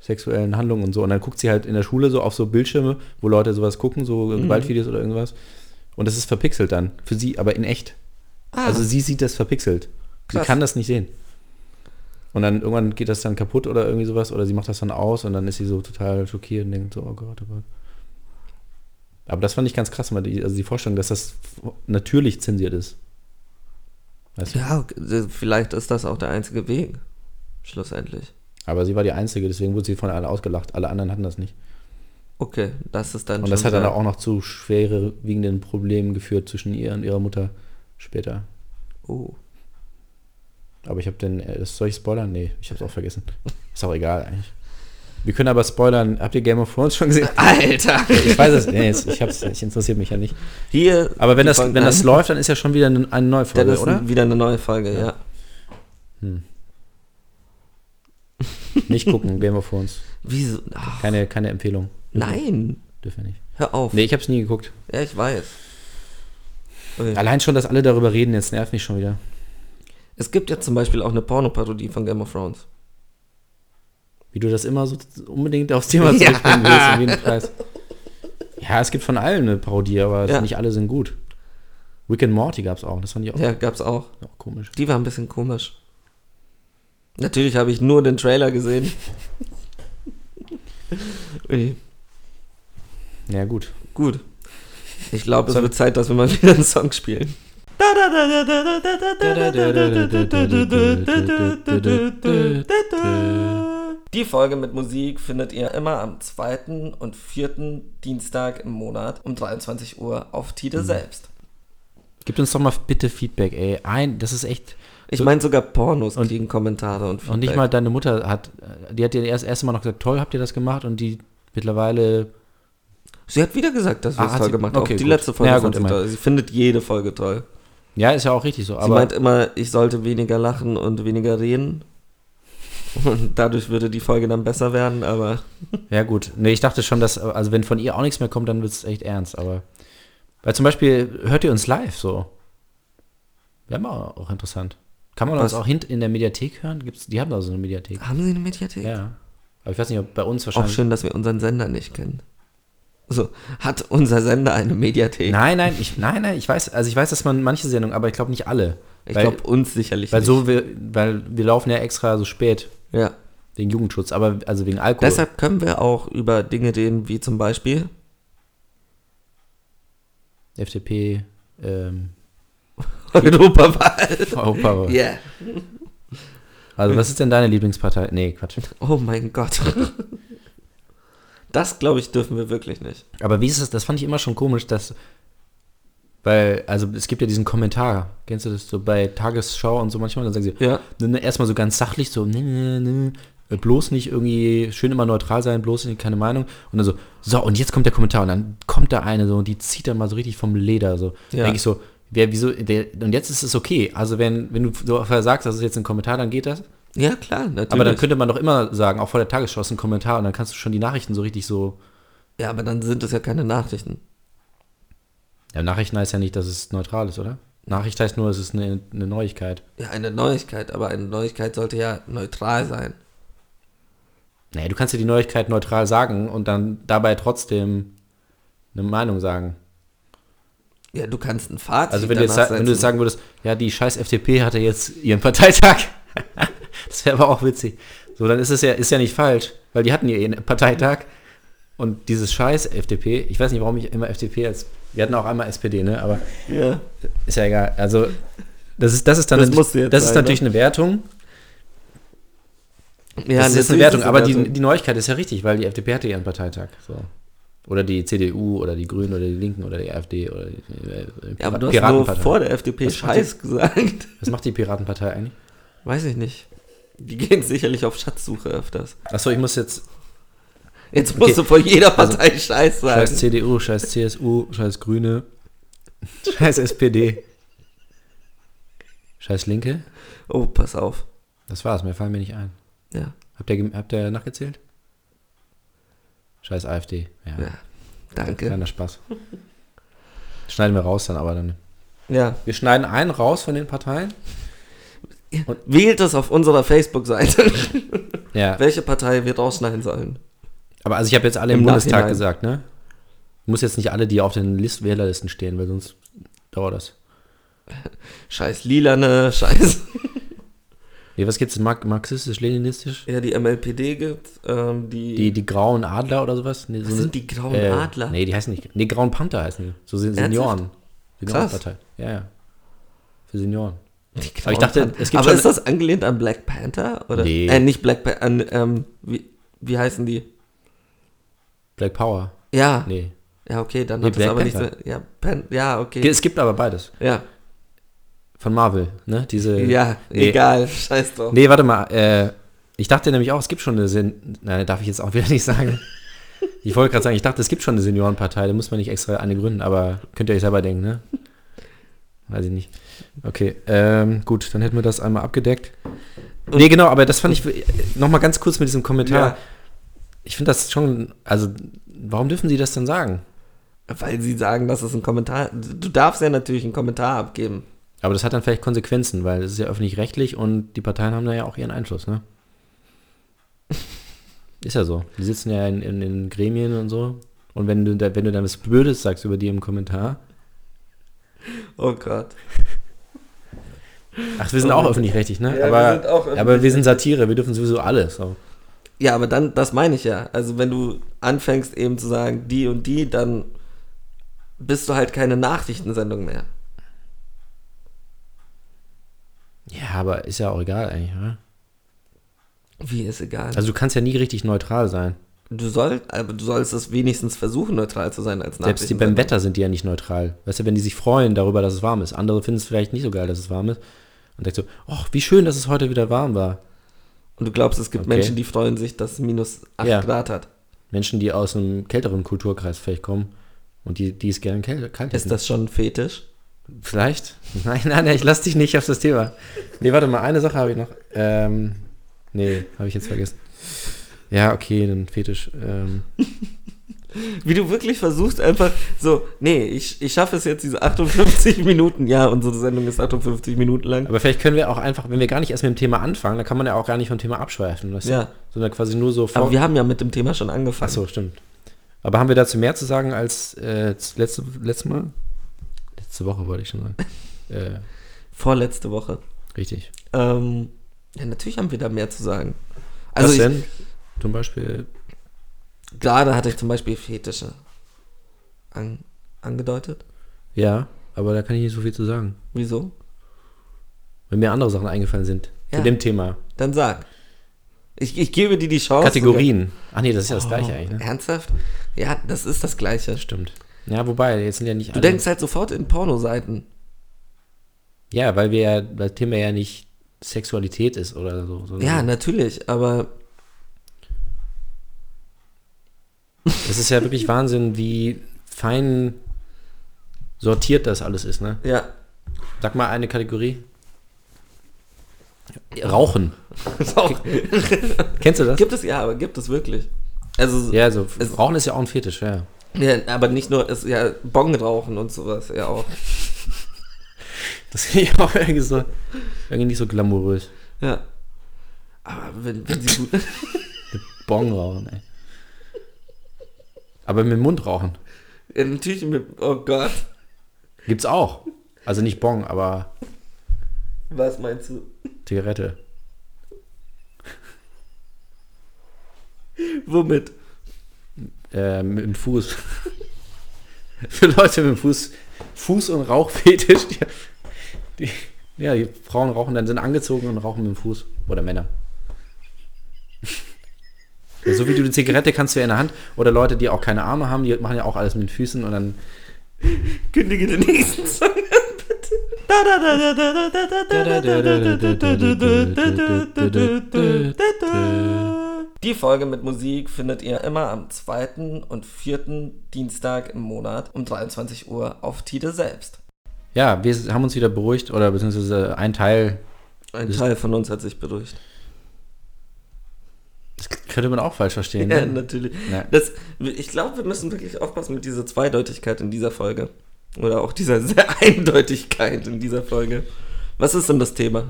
Speaker 2: sexuellen Handlungen und so und dann guckt sie halt in der Schule so auf so Bildschirme, wo Leute sowas gucken, so Gewaltvideos oder irgendwas und das ist verpixelt dann für sie, aber in echt.
Speaker 3: ah.
Speaker 2: Also sie sieht das verpixelt.
Speaker 3: Krass.
Speaker 2: Sie kann das nicht sehen. Und dann irgendwann geht das dann kaputt oder irgendwie sowas oder sie macht das dann aus und dann ist sie so total schockiert und denkt so, oh Gott, oh Gott. Aber das fand ich ganz krass, mal die, also die Vorstellung, dass das f- natürlich zensiert ist. Weißt du?
Speaker 3: ja, okay, vielleicht ist das auch der einzige Weg. Schlussendlich.
Speaker 2: Aber sie war die Einzige, deswegen wurde sie von allen ausgelacht. Alle anderen hatten das nicht.
Speaker 3: Okay, das ist dann
Speaker 2: Und das
Speaker 3: schon
Speaker 2: hat dann
Speaker 3: sehr-
Speaker 2: auch noch zu schwerwiegenden Problemen geführt zwischen ihr und ihrer Mutter später.
Speaker 3: Oh.
Speaker 2: Aber ich habe den. äh, Soll ich spoilern? Nee, ich hab's auch vergessen. Ist auch egal eigentlich. Wir können aber spoilern. Habt ihr Game of Thrones schon gesehen?
Speaker 3: Alter!
Speaker 2: Ich weiß es. Nee, es- ich hab's. Ich interessiert mich ja nicht.
Speaker 3: Hier.
Speaker 2: Aber wenn
Speaker 3: die
Speaker 2: das,
Speaker 3: Folgen-
Speaker 2: wenn das
Speaker 3: Nein,
Speaker 2: läuft, dann ist ja schon wieder eine, eine neue
Speaker 3: dann
Speaker 2: Folge,
Speaker 3: ist
Speaker 2: oder?
Speaker 3: wieder eine neue Folge, ja.
Speaker 2: Nicht gucken, Game of Thrones.
Speaker 3: Wieso? Ach,
Speaker 2: Keine, keine Empfehlung.
Speaker 3: nein!
Speaker 2: Dürfen wir nicht.
Speaker 3: Hör auf.
Speaker 2: Nee, ich hab's nie geguckt.
Speaker 3: Ja, ich weiß. Okay.
Speaker 2: Allein schon, dass alle darüber reden, jetzt nervt mich schon wieder.
Speaker 3: Es gibt ja zum Beispiel auch eine Pornoparodie von Game of Thrones.
Speaker 2: Wie du das immer so unbedingt aufs Thema
Speaker 3: Ja.
Speaker 2: zurückbringen willst, um jeden Preis. Ja, es gibt von allen eine Parodie, aber
Speaker 3: Ja.
Speaker 2: nicht alle sind gut. Rick and Morty gab's auch. Das fand ich auch,
Speaker 3: Ja, gab's auch.
Speaker 2: auch komisch.
Speaker 3: Die war ein bisschen komisch. Natürlich habe ich nur den Trailer gesehen. Ui,
Speaker 2: Ja, gut.
Speaker 3: Gut. Ich glaube, es wird Zeit, dass wir mal wieder einen Song spielen. Die Folge mit Musik findet ihr immer am zweiten und vierten Dienstag im Monat um 23 Uhr auf Tide selbst.
Speaker 2: Gebt uns doch mal bitte Feedback, ey. Ein, das ist echt.
Speaker 3: Ich meine sogar Pornos kriegen Kommentare und Feedback.
Speaker 2: Und nicht mal deine Mutter hat, äh, die hat dir das erste Mal noch gesagt, toll, habt ihr das gemacht? Und die mittlerweile,
Speaker 3: Sie hat wieder gesagt, dass wir
Speaker 2: Ah,
Speaker 3: es
Speaker 2: hat
Speaker 3: toll
Speaker 2: sie-
Speaker 3: gemacht haben.
Speaker 2: okay,
Speaker 3: Auch die
Speaker 2: gut.
Speaker 3: letzte Folge
Speaker 2: Ja, gut,
Speaker 3: fand sie
Speaker 2: immerhin.
Speaker 3: toll. Sie findet jede Folge toll.
Speaker 2: ja, ist ja auch richtig so,
Speaker 3: Sie
Speaker 2: aber
Speaker 3: meint immer, ich sollte weniger lachen und weniger reden. Und dadurch würde die Folge dann besser werden, aber
Speaker 2: ja gut. Nee, ich dachte schon, dass, also wenn von ihr auch nichts mehr kommt, dann wird es echt ernst, aber. Weil zum Beispiel hört ihr uns live so. Wäre mal auch interessant. Kann man
Speaker 3: Was?
Speaker 2: uns auch hint in der Mediathek hören? Gibt's, die haben da so eine Mediathek.
Speaker 3: haben Sie eine Mediathek?
Speaker 2: Ja. Aber ich weiß nicht, ob bei uns
Speaker 3: Auch
Speaker 2: wahrscheinlich.
Speaker 3: schön, dass wir unseren Sender nicht kennen. So, hat unser Sender eine Mediathek?
Speaker 2: Nein, nein, ich, nein, nein, ich weiß, also ich weiß, dass man manche Sendungen, aber ich glaube nicht alle.
Speaker 3: ich
Speaker 2: Weil-
Speaker 3: glaube uns sicherlich
Speaker 2: Weil
Speaker 3: nicht.
Speaker 2: so wir, weil wir laufen ja extra so spät
Speaker 3: ja.
Speaker 2: wegen Jugendschutz, aber also wegen Alkohol.
Speaker 3: Deshalb können wir auch über Dinge reden, wie zum Beispiel
Speaker 2: FDP, ähm,
Speaker 3: Europawahl.
Speaker 2: Europa.
Speaker 3: Yeah.
Speaker 2: Also was ist denn deine Lieblingspartei? Nee, Quatsch.
Speaker 3: Oh mein Gott. Das, glaube ich, dürfen wir wirklich nicht.
Speaker 2: Aber wie ist das? Das fand ich immer schon komisch, dass weil, also es gibt ja diesen Kommentar, kennst du das so bei Tagesschau und so manchmal, dann sagen sie,
Speaker 3: Ja.
Speaker 2: ne, ne, erstmal so ganz sachlich, so, ne, ne, ne, äh, bloß nicht irgendwie, schön immer neutral sein, bloß nicht, keine Meinung. Und dann so, so, und jetzt kommt der Kommentar und dann kommt da eine so und die zieht dann mal so richtig vom Leder, so.
Speaker 3: Ja.
Speaker 2: Denke ich so, wer, wieso, der, und jetzt ist es okay. Also wenn, wenn du so vorher sagst, das ist jetzt ein Kommentar, dann geht das.
Speaker 3: Ja, klar, natürlich.
Speaker 2: Aber dann könnte man doch immer sagen, auch vor der Tagesschau ist ein Kommentar und dann kannst du schon die Nachrichten so richtig so.
Speaker 3: ja, aber dann sind es ja keine Nachrichten.
Speaker 2: Ja, Nachrichten heißt ja nicht, dass es neutral ist, oder? Nachricht heißt nur, es ist eine, eine Neuigkeit.
Speaker 3: Ja, eine Neuigkeit, aber eine Neuigkeit sollte ja neutral sein.
Speaker 2: Naja, du kannst ja die Neuigkeit neutral sagen und dann dabei trotzdem eine Meinung sagen.
Speaker 3: Ja, du kannst ein Fazit
Speaker 2: Also wenn du, jetzt,
Speaker 3: danach
Speaker 2: sa- wenn du jetzt
Speaker 3: setzen.
Speaker 2: sagen würdest, ja, die scheiß FDP hatte jetzt ihren Parteitag. das wäre aber auch witzig. So, dann ist es ja, ist ja nicht falsch, weil die hatten ja ihren Parteitag. Und dieses scheiß FDP, ich weiß nicht, warum ich immer FDP als, wir hatten auch einmal SPD, ne, aber
Speaker 3: Ja.
Speaker 2: ist ja egal. Also, das ist, das ist dann,
Speaker 3: Das
Speaker 2: das,
Speaker 3: musst du jetzt
Speaker 2: ist
Speaker 3: sagen, ne?
Speaker 2: natürlich eine Wertung.
Speaker 3: Ja,
Speaker 2: das ist jetzt eine
Speaker 3: natürlich
Speaker 2: Wertung,
Speaker 3: ist es
Speaker 2: aber
Speaker 3: Wertung.
Speaker 2: Die, die Neuigkeit ist ja richtig, weil die FDP hatte ihren Parteitag. So. Oder die CDU oder die Grünen oder die Linken oder die AfD oder die äh,
Speaker 3: Ja, aber du hast nur
Speaker 2: Piratenpartei.
Speaker 3: vor der FDP
Speaker 2: Was macht
Speaker 3: Scheiß gesagt.
Speaker 2: Was macht die Piratenpartei eigentlich?
Speaker 3: Weiß ich nicht. Die gehen sicherlich auf Schatzsuche öfters.
Speaker 2: Achso, ich muss jetzt
Speaker 3: Jetzt musst
Speaker 2: Okay. Also,
Speaker 3: du vor jeder Partei Scheiß sagen.
Speaker 2: scheiß CDU, scheiß CSU, scheiß Grüne, scheiß SPD, scheiß Linke.
Speaker 3: Oh, pass auf.
Speaker 2: Das war's, mehr fallen mir nicht ein.
Speaker 3: Ja.
Speaker 2: Habt ihr, gem- habt ihr nachgezählt? Scheiß AfD. Ja,
Speaker 3: ja. Danke.
Speaker 2: kleiner Spaß. Schneiden wir raus dann aber dann.
Speaker 3: Ja.
Speaker 2: Wir schneiden einen raus von den Parteien.
Speaker 3: Wählt es auf unserer Facebook-Seite,
Speaker 2: Ja,
Speaker 3: welche Partei wir rausschneiden sollen.
Speaker 2: aber also ich habe jetzt alle im,
Speaker 3: Im
Speaker 2: Bundestag
Speaker 3: Nachhinein.
Speaker 2: gesagt, ne? Ich muss jetzt nicht alle, die auf den List Wählerlisten stehen, weil sonst dauert das.
Speaker 3: Scheiß Lilane, Scheiß.
Speaker 2: Nee, was gibt's denn? Mark Marxistisch-Leninistisch?
Speaker 3: Ja, die MLPD gibt. Ähm, die,
Speaker 2: Die, die grauen Adler oder sowas? Nee,
Speaker 3: Was
Speaker 2: eine-
Speaker 3: sind die grauen Oh, Adler?
Speaker 2: Äh, Nee, die heißen nicht. Nee, grauen Panther heißen die. So sind
Speaker 3: Ernsthaft?
Speaker 2: Senioren.
Speaker 3: Krass.
Speaker 2: Seniorenpartei. Ja, ja. Für Senioren.
Speaker 3: die
Speaker 2: aber ich dachte,
Speaker 3: Grauen-
Speaker 2: es gibt
Speaker 3: aber
Speaker 2: schon-
Speaker 3: ist das angelehnt an Black Panther? Oder?
Speaker 2: Nee.
Speaker 3: Äh, nicht Black Panther, an, ähm, wie, wie heißen die?
Speaker 2: Black Power.
Speaker 3: Ja.
Speaker 2: Nee.
Speaker 3: Ja, okay, dann
Speaker 2: Nee,
Speaker 3: hat das
Speaker 2: Black
Speaker 3: aber nichts
Speaker 2: Panther.
Speaker 3: mehr. Ja, Pan ja, okay.
Speaker 2: Es gibt aber beides.
Speaker 3: Ja,
Speaker 2: Von Marvel, ne? Diese.
Speaker 3: ja,
Speaker 2: nee.
Speaker 3: egal, scheiß drauf.
Speaker 2: Nee, warte mal. Äh, ich dachte nämlich auch, es gibt schon eine. Sen Nein, darf ich jetzt auch wieder nicht sagen. Ich wollte gerade sagen, ich dachte, es gibt schon eine Seniorenpartei, da muss man nicht extra eine gründen, aber könnt ihr euch selber denken, ne? Weiß ich nicht. Okay, ähm, gut, dann hätten wir das einmal abgedeckt. Nee, genau, aber das fand ich nochmal ganz kurz mit diesem Kommentar.
Speaker 3: Ja.
Speaker 2: Ich finde das schon, also, warum dürfen sie das denn sagen?
Speaker 3: Weil sie sagen, das ist ein Kommentar. Du darfst ja natürlich einen Kommentar abgeben.
Speaker 2: Aber das hat dann vielleicht Konsequenzen, weil es ist ja öffentlich-rechtlich und die Parteien haben da ja auch ihren Einfluss, ne? Ist ja so. Die sitzen ja in, in, in Gremien und so. Und wenn du, da, wenn du dann was Blödes sagst über die im Kommentar.
Speaker 3: Oh Gott.
Speaker 2: Ach, wir sind auch öffentlich-rechtlich, ne?
Speaker 3: Ja,
Speaker 2: aber,
Speaker 3: wir sind auch
Speaker 2: aber wir sind Satire, wir dürfen sowieso alles. So.
Speaker 3: Ja, aber dann, das meine ich ja. Also wenn du anfängst eben zu sagen, die und die, dann bist du halt keine Nachrichtensendung mehr.
Speaker 2: Ja, aber ist ja auch egal eigentlich, oder?
Speaker 3: Wie ist egal.
Speaker 2: Also du kannst ja nie richtig neutral sein.
Speaker 3: du sollst, aber du sollst es wenigstens versuchen, neutral zu sein als
Speaker 2: Selbst die beim
Speaker 3: Nachrichtensendung.
Speaker 2: Wetter sind die ja nicht neutral. Weißt du, wenn die sich freuen darüber, dass es warm ist. Andere finden es vielleicht nicht so geil, dass es warm ist. Und denkst so, ach, wie schön, dass es heute wieder warm war.
Speaker 3: Und du glaubst, es gibt
Speaker 2: Okay.
Speaker 3: Menschen, die freuen sich, dass es minus 8
Speaker 2: Ja.
Speaker 3: Grad hat.
Speaker 2: Menschen, die aus einem kälteren Kulturkreis vielleicht kommen und die, die es gerne käl- kalt
Speaker 3: Ist
Speaker 2: hätten.
Speaker 3: das schon ein Fetisch?
Speaker 2: Vielleicht? Nein, nein, nein, ich lass dich nicht auf das Thema. Nee, warte mal, eine Sache habe ich noch. Ähm, nee, habe ich jetzt vergessen. Ja, okay, dann Fetisch. Ähm,
Speaker 3: Wie du wirklich versuchst, einfach so, nee, ich, ich schaffe es jetzt, diese 58 Minuten, ja, unsere Sendung ist 58 Minuten lang.
Speaker 2: aber vielleicht können wir auch einfach, wenn wir gar nicht erst mit dem Thema anfangen, dann kann man ja auch gar nicht vom Thema abschweifen. weißt du?
Speaker 3: Ja.
Speaker 2: Sondern quasi nur so
Speaker 3: Aber wir haben ja mit dem Thema schon angefangen.
Speaker 2: Achso, stimmt. Aber haben wir dazu mehr zu sagen als äh, z- letzte, letztes Mal? Letzte Woche wollte ich schon sagen. äh,
Speaker 3: Vorletzte Woche.
Speaker 2: richtig.
Speaker 3: Ähm, ja, natürlich haben wir da mehr zu sagen. Also
Speaker 2: Was
Speaker 3: ich,
Speaker 2: denn? Zum Beispiel
Speaker 3: gerade hatte ich zum Beispiel Fetische an, angedeutet.
Speaker 2: Ja, aber da kann ich nicht so viel zu sagen.
Speaker 3: Wieso?
Speaker 2: Wenn mir andere Sachen eingefallen sind
Speaker 3: Ja. Oh,
Speaker 2: zu dem Thema.
Speaker 3: Dann sag. Ich, ich gebe dir die Chance. Oh.
Speaker 2: Kategorien. Ach nee, das ist ja das gleiche eigentlich, ne?
Speaker 3: Ernsthaft? Ja, das ist das Gleiche.
Speaker 2: Stimmt. Ja, wobei, jetzt sind ja nicht
Speaker 3: Du denkst halt sofort in Pornoseiten.
Speaker 2: Ja, weil wir ja, das Thema ja nicht Sexualität ist oder so. sondern-
Speaker 3: Ja, natürlich, aber
Speaker 2: Es ist ja wirklich Wahnsinn, wie fein sortiert das alles ist, ne?
Speaker 3: ja.
Speaker 2: Sag mal eine Kategorie. Rauchen.
Speaker 3: Doch.
Speaker 2: Kennst du das?
Speaker 3: gibt es ja, aber gibt es wirklich. Also ja.
Speaker 2: Ja, so.
Speaker 3: Es-
Speaker 2: Rauchen ist ja auch ein Fetisch, ja.
Speaker 3: aber nicht nur ist ja Bon rauchen und sowas ja auch.
Speaker 2: Das finde ich auch irgendwie so, irgendwie nicht so glamourös.
Speaker 3: Ja. Aber wenn, wenn sie gut
Speaker 2: Bong rauchen, ey. Aber mit dem Mund rauchen.
Speaker 3: ja, natürlich mit oh Gott,
Speaker 2: Gibt's auch. Also nicht Bong, aber
Speaker 3: was meinst du?
Speaker 2: Zigarette.
Speaker 3: Womit?
Speaker 2: Äh, mit dem Fuß. Für Leute mit dem Fuß. Fuß- und Rauchfetisch. Die, die, ja, die Frauen rauchen dann, sind angezogen und rauchen mit dem Fuß. Oder Männer. Ja, so wie du die Zigarette kannst du ja in der Hand. Oder Leute, die auch keine Arme haben, die machen ja auch alles mit den Füßen und dann.
Speaker 3: Kündige den nächsten Song an, bitte. Da, da, da, da, da, da, da, da, da, da, da, da, da, da, da, da, da. Die Folge mit Musik findet ihr immer am zweiten und vierten Dienstag im Monat um 23 Uhr auf Tide selbst.
Speaker 2: Ja, wir haben uns wieder beruhigt oder beziehungsweise ein Teil,
Speaker 3: Ein
Speaker 2: Das-
Speaker 3: Teil von uns hat sich beruhigt.
Speaker 2: das könnte man auch falsch verstehen.
Speaker 3: Ja,
Speaker 2: ne?
Speaker 3: natürlich.
Speaker 2: Ja.
Speaker 3: Das, ich glaube, wir müssen wirklich aufpassen mit dieser Zweideutigkeit in dieser Folge. Oder auch dieser sehr Eindeutigkeit in dieser Folge. Was ist denn das Thema?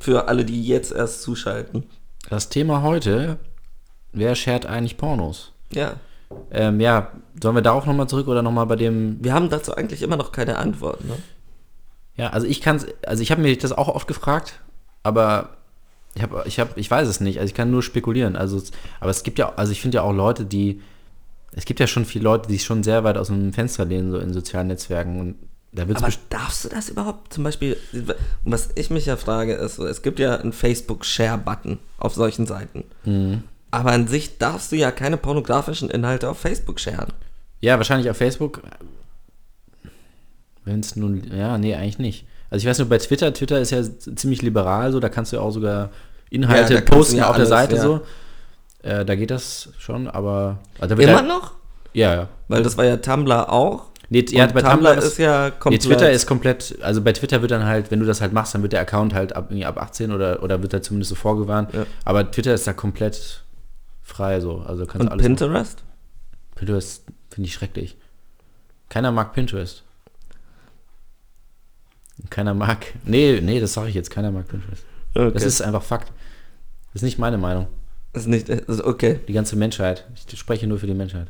Speaker 3: Für alle, die jetzt erst zuschalten.
Speaker 2: Das Thema heute: Wer schert eigentlich Pornos?
Speaker 3: Ja.
Speaker 2: Ähm, ja, sollen wir darauf nochmal zurück oder nochmal bei dem.
Speaker 3: Wir haben dazu eigentlich immer noch keine Antwort, ne?
Speaker 2: Ja, also ich kann also ich habe mir das auch oft gefragt, aber ich habe, ich habe, ich weiß es nicht. Also ich kann nur spekulieren. Also, es- aber es gibt ja, also ich finde ja auch Leute, die, es gibt ja schon viele Leute, die schon sehr weit aus dem Fenster lehnen, so in sozialen Netzwerken und da wird
Speaker 3: Aber
Speaker 2: es
Speaker 3: darfst du das überhaupt zum Beispiel? Und was ich mich ja frage, ist, so, es gibt ja einen Facebook-Share-Button auf solchen Seiten.
Speaker 2: Mhm.
Speaker 3: Aber an sich darfst du ja keine pornografischen Inhalte auf Facebook sharen.
Speaker 2: ja wahrscheinlich auf Facebook. Wenn es nun, ja, nee, eigentlich nicht. Also ich weiß nur bei Twitter, Twitter ist ja ziemlich liberal, so da kannst du ja auch sogar Inhalte
Speaker 3: Ja, da kannst du
Speaker 2: posten
Speaker 3: ja
Speaker 2: auf der
Speaker 3: alles,
Speaker 2: Seite
Speaker 3: ja.
Speaker 2: so. Äh, da geht das schon, aber also da wird
Speaker 3: Immer
Speaker 2: halt,
Speaker 3: noch?
Speaker 2: ja, ja.
Speaker 3: Weil das war ja Tumblr auch.
Speaker 2: Nee, ja,
Speaker 3: Und
Speaker 2: bei Tumblr ist
Speaker 3: ist ja komplett.
Speaker 2: Nee, Twitter ist komplett, also bei Twitter wird dann halt, wenn du das halt machst, dann wird der Account halt ab, irgendwie ab 18 oder, oder wird da zumindest so vorgewarnt.
Speaker 3: Ja.
Speaker 2: Aber Twitter ist da komplett frei so. Also kannst
Speaker 3: und
Speaker 2: alles.
Speaker 3: Pinterest?
Speaker 2: Pinterest finde ich schrecklich. Keiner mag Pinterest. Keiner mag. Nee, nee, das sage ich jetzt. Keiner mag Pinterest.
Speaker 3: Okay.
Speaker 2: Das ist einfach Fakt. Das ist nicht meine Meinung.
Speaker 3: ist nicht. Ist okay.
Speaker 2: Die ganze Menschheit. Ich spreche nur für die Menschheit.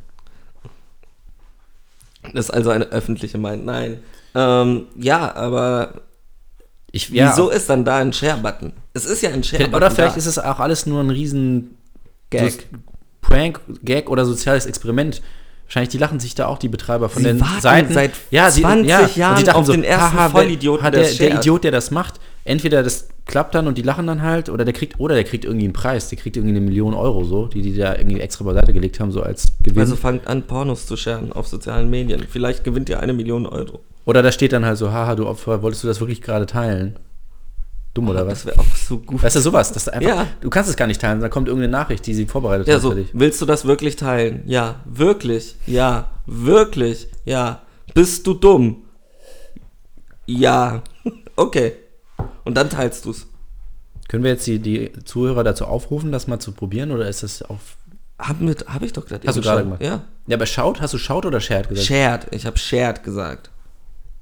Speaker 3: Das ist also eine öffentliche Meinung. Nein. Ähm, ja, aber
Speaker 2: Ich, ja,
Speaker 3: wieso ist dann da ein Share-Button? Es ist ja ein Share-Button.
Speaker 2: Oder vielleicht
Speaker 3: da.
Speaker 2: ist es auch alles nur ein riesen
Speaker 3: Gag.
Speaker 2: so- Prank, Gag oder soziales Experiment. Wahrscheinlich, die lachen sich da auch die Betreiber von
Speaker 3: Sie
Speaker 2: den
Speaker 3: warten
Speaker 2: Seiten.
Speaker 3: seit
Speaker 2: ja, sie,
Speaker 3: 20
Speaker 2: ja,
Speaker 3: Jahren
Speaker 2: und die dachten
Speaker 3: auf
Speaker 2: so,
Speaker 3: den ersten
Speaker 2: haha, wer-
Speaker 3: Vollidioten,
Speaker 2: hat
Speaker 3: der
Speaker 2: der,
Speaker 3: es
Speaker 2: der
Speaker 3: shared.
Speaker 2: Idiot, der das macht, entweder das klappt dann und die lachen dann halt oder der kriegt oder der kriegt irgendwie einen Preis, der kriegt irgendwie eine Million Euro so, die die da irgendwie extra beiseite gelegt haben so als Gewinn.
Speaker 3: Also fangt an, Pornos zu scheren auf sozialen Medien. Vielleicht gewinnt ihr eine Million Euro.
Speaker 2: oder da steht dann halt so, haha, du Opfer, wolltest du das wirklich gerade teilen? Dumm oder was?
Speaker 3: Das wäre auch so gut.
Speaker 2: Weißt du, sowas, das ist einfach,
Speaker 3: Ja.
Speaker 2: du kannst es gar nicht teilen, da kommt irgendeine Nachricht, die sie vorbereitet
Speaker 3: ja,
Speaker 2: haben
Speaker 3: so.
Speaker 2: für dich.
Speaker 3: Willst du das wirklich teilen? Ja, wirklich. Ja, wirklich. Ja. Bist du dumm? Ja. Okay. Und dann teilst du's.
Speaker 2: Können wir jetzt die, die Zuhörer dazu aufrufen, das mal zu probieren oder ist das auf.
Speaker 3: Hab, mit, hab ich doch gerade
Speaker 2: Hast
Speaker 3: eben
Speaker 2: du gerade
Speaker 3: schon.
Speaker 2: gemacht?
Speaker 3: Ja.
Speaker 2: Ja, aber schaut, hast du schaut oder shared gesagt?
Speaker 3: Shared. Ich habe shared gesagt.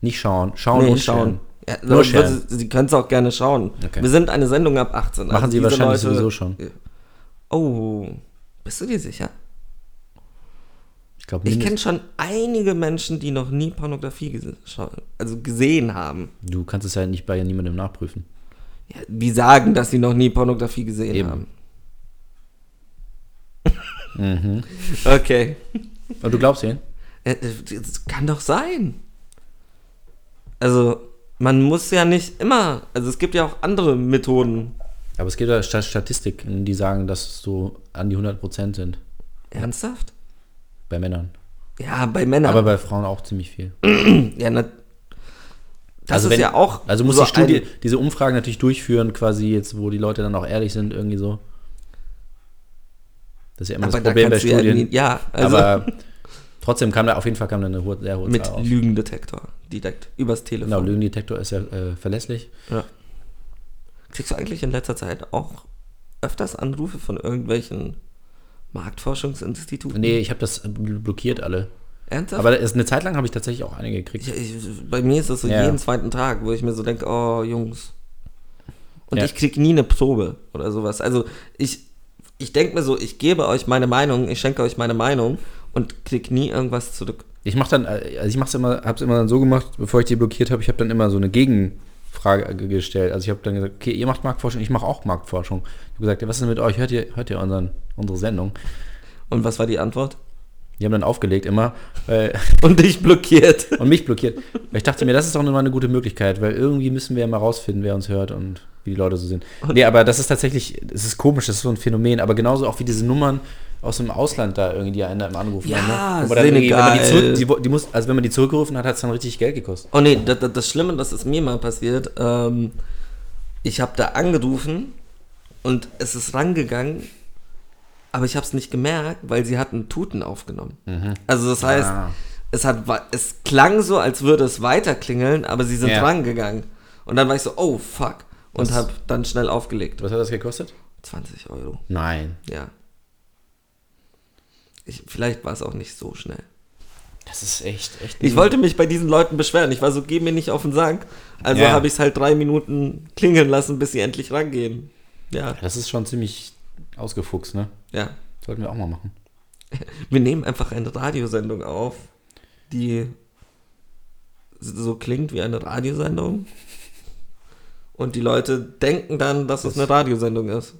Speaker 2: nicht schauen, schauen
Speaker 3: Nee,
Speaker 2: und schauen.
Speaker 3: Ja,
Speaker 2: Nur
Speaker 3: Nur
Speaker 2: sharen.
Speaker 3: Sie können es auch gerne schauen.
Speaker 2: Okay.
Speaker 3: Wir sind eine Sendung ab 18.
Speaker 2: Machen sie
Speaker 3: diese
Speaker 2: wahrscheinlich sowieso schon.
Speaker 3: Oh. Bist du dir sicher?
Speaker 2: Ich glaube
Speaker 3: Ich kenne
Speaker 2: nicht.
Speaker 3: schon einige Menschen, die noch nie Pornografie gese scha- also gesehen haben.
Speaker 2: Du kannst es ja nicht bei niemandem nachprüfen.
Speaker 3: Ja, die sagen, dass sie noch nie Pornografie gesehen
Speaker 2: Eben.
Speaker 3: haben.
Speaker 2: Mhm.
Speaker 3: Okay.
Speaker 2: Und du glaubst ihn?
Speaker 3: Äh, äh, Das kann doch sein. Also, man muss ja nicht immer. Also, es gibt ja auch andere Methoden.
Speaker 2: Aber es gibt ja Sta- Statistiken, die sagen, dass so an die 100% sind.
Speaker 3: Ernsthaft?
Speaker 2: Bei Männern.
Speaker 3: Ja, bei Männern.
Speaker 2: Aber bei Frauen auch ziemlich viel.
Speaker 3: ja, na, das
Speaker 2: also
Speaker 3: ist
Speaker 2: wenn,
Speaker 3: ja auch.
Speaker 2: Also muss
Speaker 3: so
Speaker 2: die Studie,
Speaker 3: ein-
Speaker 2: diese Umfragen natürlich durchführen, quasi jetzt, wo die Leute dann auch ehrlich sind, irgendwie so. Das ist ja immer
Speaker 3: aber
Speaker 2: das
Speaker 3: da
Speaker 2: Problem bei
Speaker 3: kannst du ja,
Speaker 2: Studien.
Speaker 3: nie- ja, also
Speaker 2: aber trotzdem kam da auf jeden Fall kam da eine hohe, sehr hohe
Speaker 3: mit
Speaker 2: Zahl auf.
Speaker 3: Lügendetektor direkt übers Telefon.
Speaker 2: Genau, Lügendetektor ist ja äh, verlässlich.
Speaker 3: Ja. Kriegst du eigentlich in letzter Zeit auch öfters Anrufe von irgendwelchen Marktforschungsinstituten?
Speaker 2: Nee, ich habe das äh, bl- blockiert alle.
Speaker 3: Ernsthaft?
Speaker 2: Aber es, eine Zeit lang habe ich tatsächlich auch eine
Speaker 3: ich,
Speaker 2: gekriegt.
Speaker 3: ich, bei mir ist das so
Speaker 2: Ja.
Speaker 3: jeden zweiten Tag, wo ich mir so denke, oh Jungs. Und
Speaker 2: Ja.
Speaker 3: ich krieg nie eine Probe oder sowas. Also ich, ich denke mir so, ich gebe euch meine Meinung, ich schenke euch meine Meinung und krieg nie irgendwas zurück.
Speaker 2: Ich mache dann, äh, also ich mach's immer, habe es immer dann so gemacht, bevor ich die blockiert habe, ich habe dann immer so eine Gegenfrage ge- gestellt. Also ich habe dann gesagt, okay, ihr macht Marktforschung, ich mache auch Marktforschung. Ich habe gesagt, ja, was ist denn mit euch? Hört ihr, hört ihr unseren, unsere Sendung?
Speaker 3: Und was war die Antwort?
Speaker 2: Die haben dann aufgelegt immer äh,
Speaker 3: Und dich blockiert.
Speaker 2: und mich blockiert. Weil ich dachte mir, das ist doch nur mal eine gute Möglichkeit, weil irgendwie müssen wir ja mal rausfinden, wer uns hört und wie die Leute so sind. Nee, aber das ist tatsächlich, es ist komisch, das ist so ein Phänomen, aber genauso auch wie diese Nummern, aus dem Ausland da irgendwie, die einen da immer angerufen
Speaker 3: Ja,
Speaker 2: haben. Ne? Aber dann irgendwie, wenn man die,
Speaker 3: Senegal.
Speaker 2: zurück, die, wo- die muss, also wenn man die zurückgerufen hat, hat es dann richtig Geld gekostet.
Speaker 3: Oh nee, das, das, das Schlimme, das ist mir mal passiert. Ähm, ich habe da angerufen und es ist rangegangen, aber ich habe es nicht gemerkt, weil sie hatten Tuten aufgenommen. Also das heißt,
Speaker 2: Mhm. Ah.
Speaker 3: es, hat, wa- es klang so, als würde es weiter klingeln, aber sie sind
Speaker 2: Ja.
Speaker 3: rangegangen. Und dann war ich so, oh fuck. Und
Speaker 2: Das-
Speaker 3: habe dann schnell aufgelegt.
Speaker 2: Was hat das gekostet?
Speaker 3: 20 Euro,
Speaker 2: Nein.
Speaker 3: ja. Ich, vielleicht war es auch nicht so schnell.
Speaker 2: Das ist echt, echt.
Speaker 3: Ich wollte mich bei diesen Leuten beschweren. Ich war so, geh mir nicht auf den Sack. Also
Speaker 2: Ja.
Speaker 3: habe ich es halt drei Minuten klingeln lassen, bis sie endlich rangehen. Ja,
Speaker 2: Das ist schon ziemlich ausgefuchst, ne?
Speaker 3: ja.
Speaker 2: Sollten wir auch mal machen.
Speaker 3: Wir nehmen einfach eine Radiosendung auf, die so klingt wie eine Radiosendung. Und die Leute denken dann, dass es eine Radiosendung ist.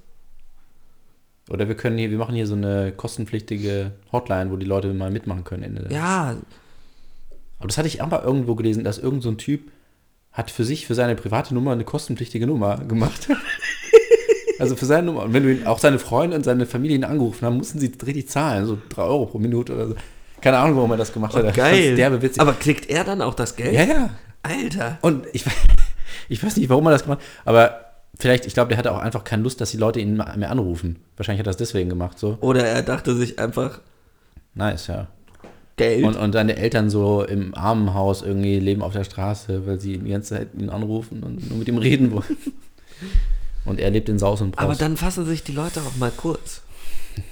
Speaker 2: Oder wir können hier, wir machen hier so eine kostenpflichtige Hotline, wo die Leute mal mitmachen können. Ende der-
Speaker 3: Ja,
Speaker 2: Aber das hatte ich auch mal irgendwo gelesen, dass irgend so ein Typ hat für sich, für seine private Nummer eine kostenpflichtige Nummer gemacht. also für seine Nummer. Und wenn du ihn, auch seine Freunde und seine Familie ihn angerufen haben, mussten sie richtig zahlen. So drei Euro pro Minute oder so. Keine Ahnung, warum er das gemacht hat. Ich fand's
Speaker 3: Oh, geil.
Speaker 2: Derbe witzig.
Speaker 3: Aber kriegt er dann auch das Geld?
Speaker 2: ja, ja.
Speaker 3: Alter.
Speaker 2: Und ich, we- ich weiß nicht, warum er das gemacht hat, aber vielleicht, ich glaube, der hatte auch einfach keine Lust, dass die Leute ihn ma- mehr anrufen. Wahrscheinlich hat er das deswegen gemacht, so.
Speaker 3: Oder er dachte sich einfach,
Speaker 2: Nice, ja.
Speaker 3: Geld.
Speaker 2: Und, und seine Eltern so im Armenhaus irgendwie leben auf der Straße, weil sie die ganze Zeit ihn anrufen und nur mit ihm reden wollen. und er lebt in Saus und Braus.
Speaker 3: Aber dann fassen sich die Leute auch mal kurz.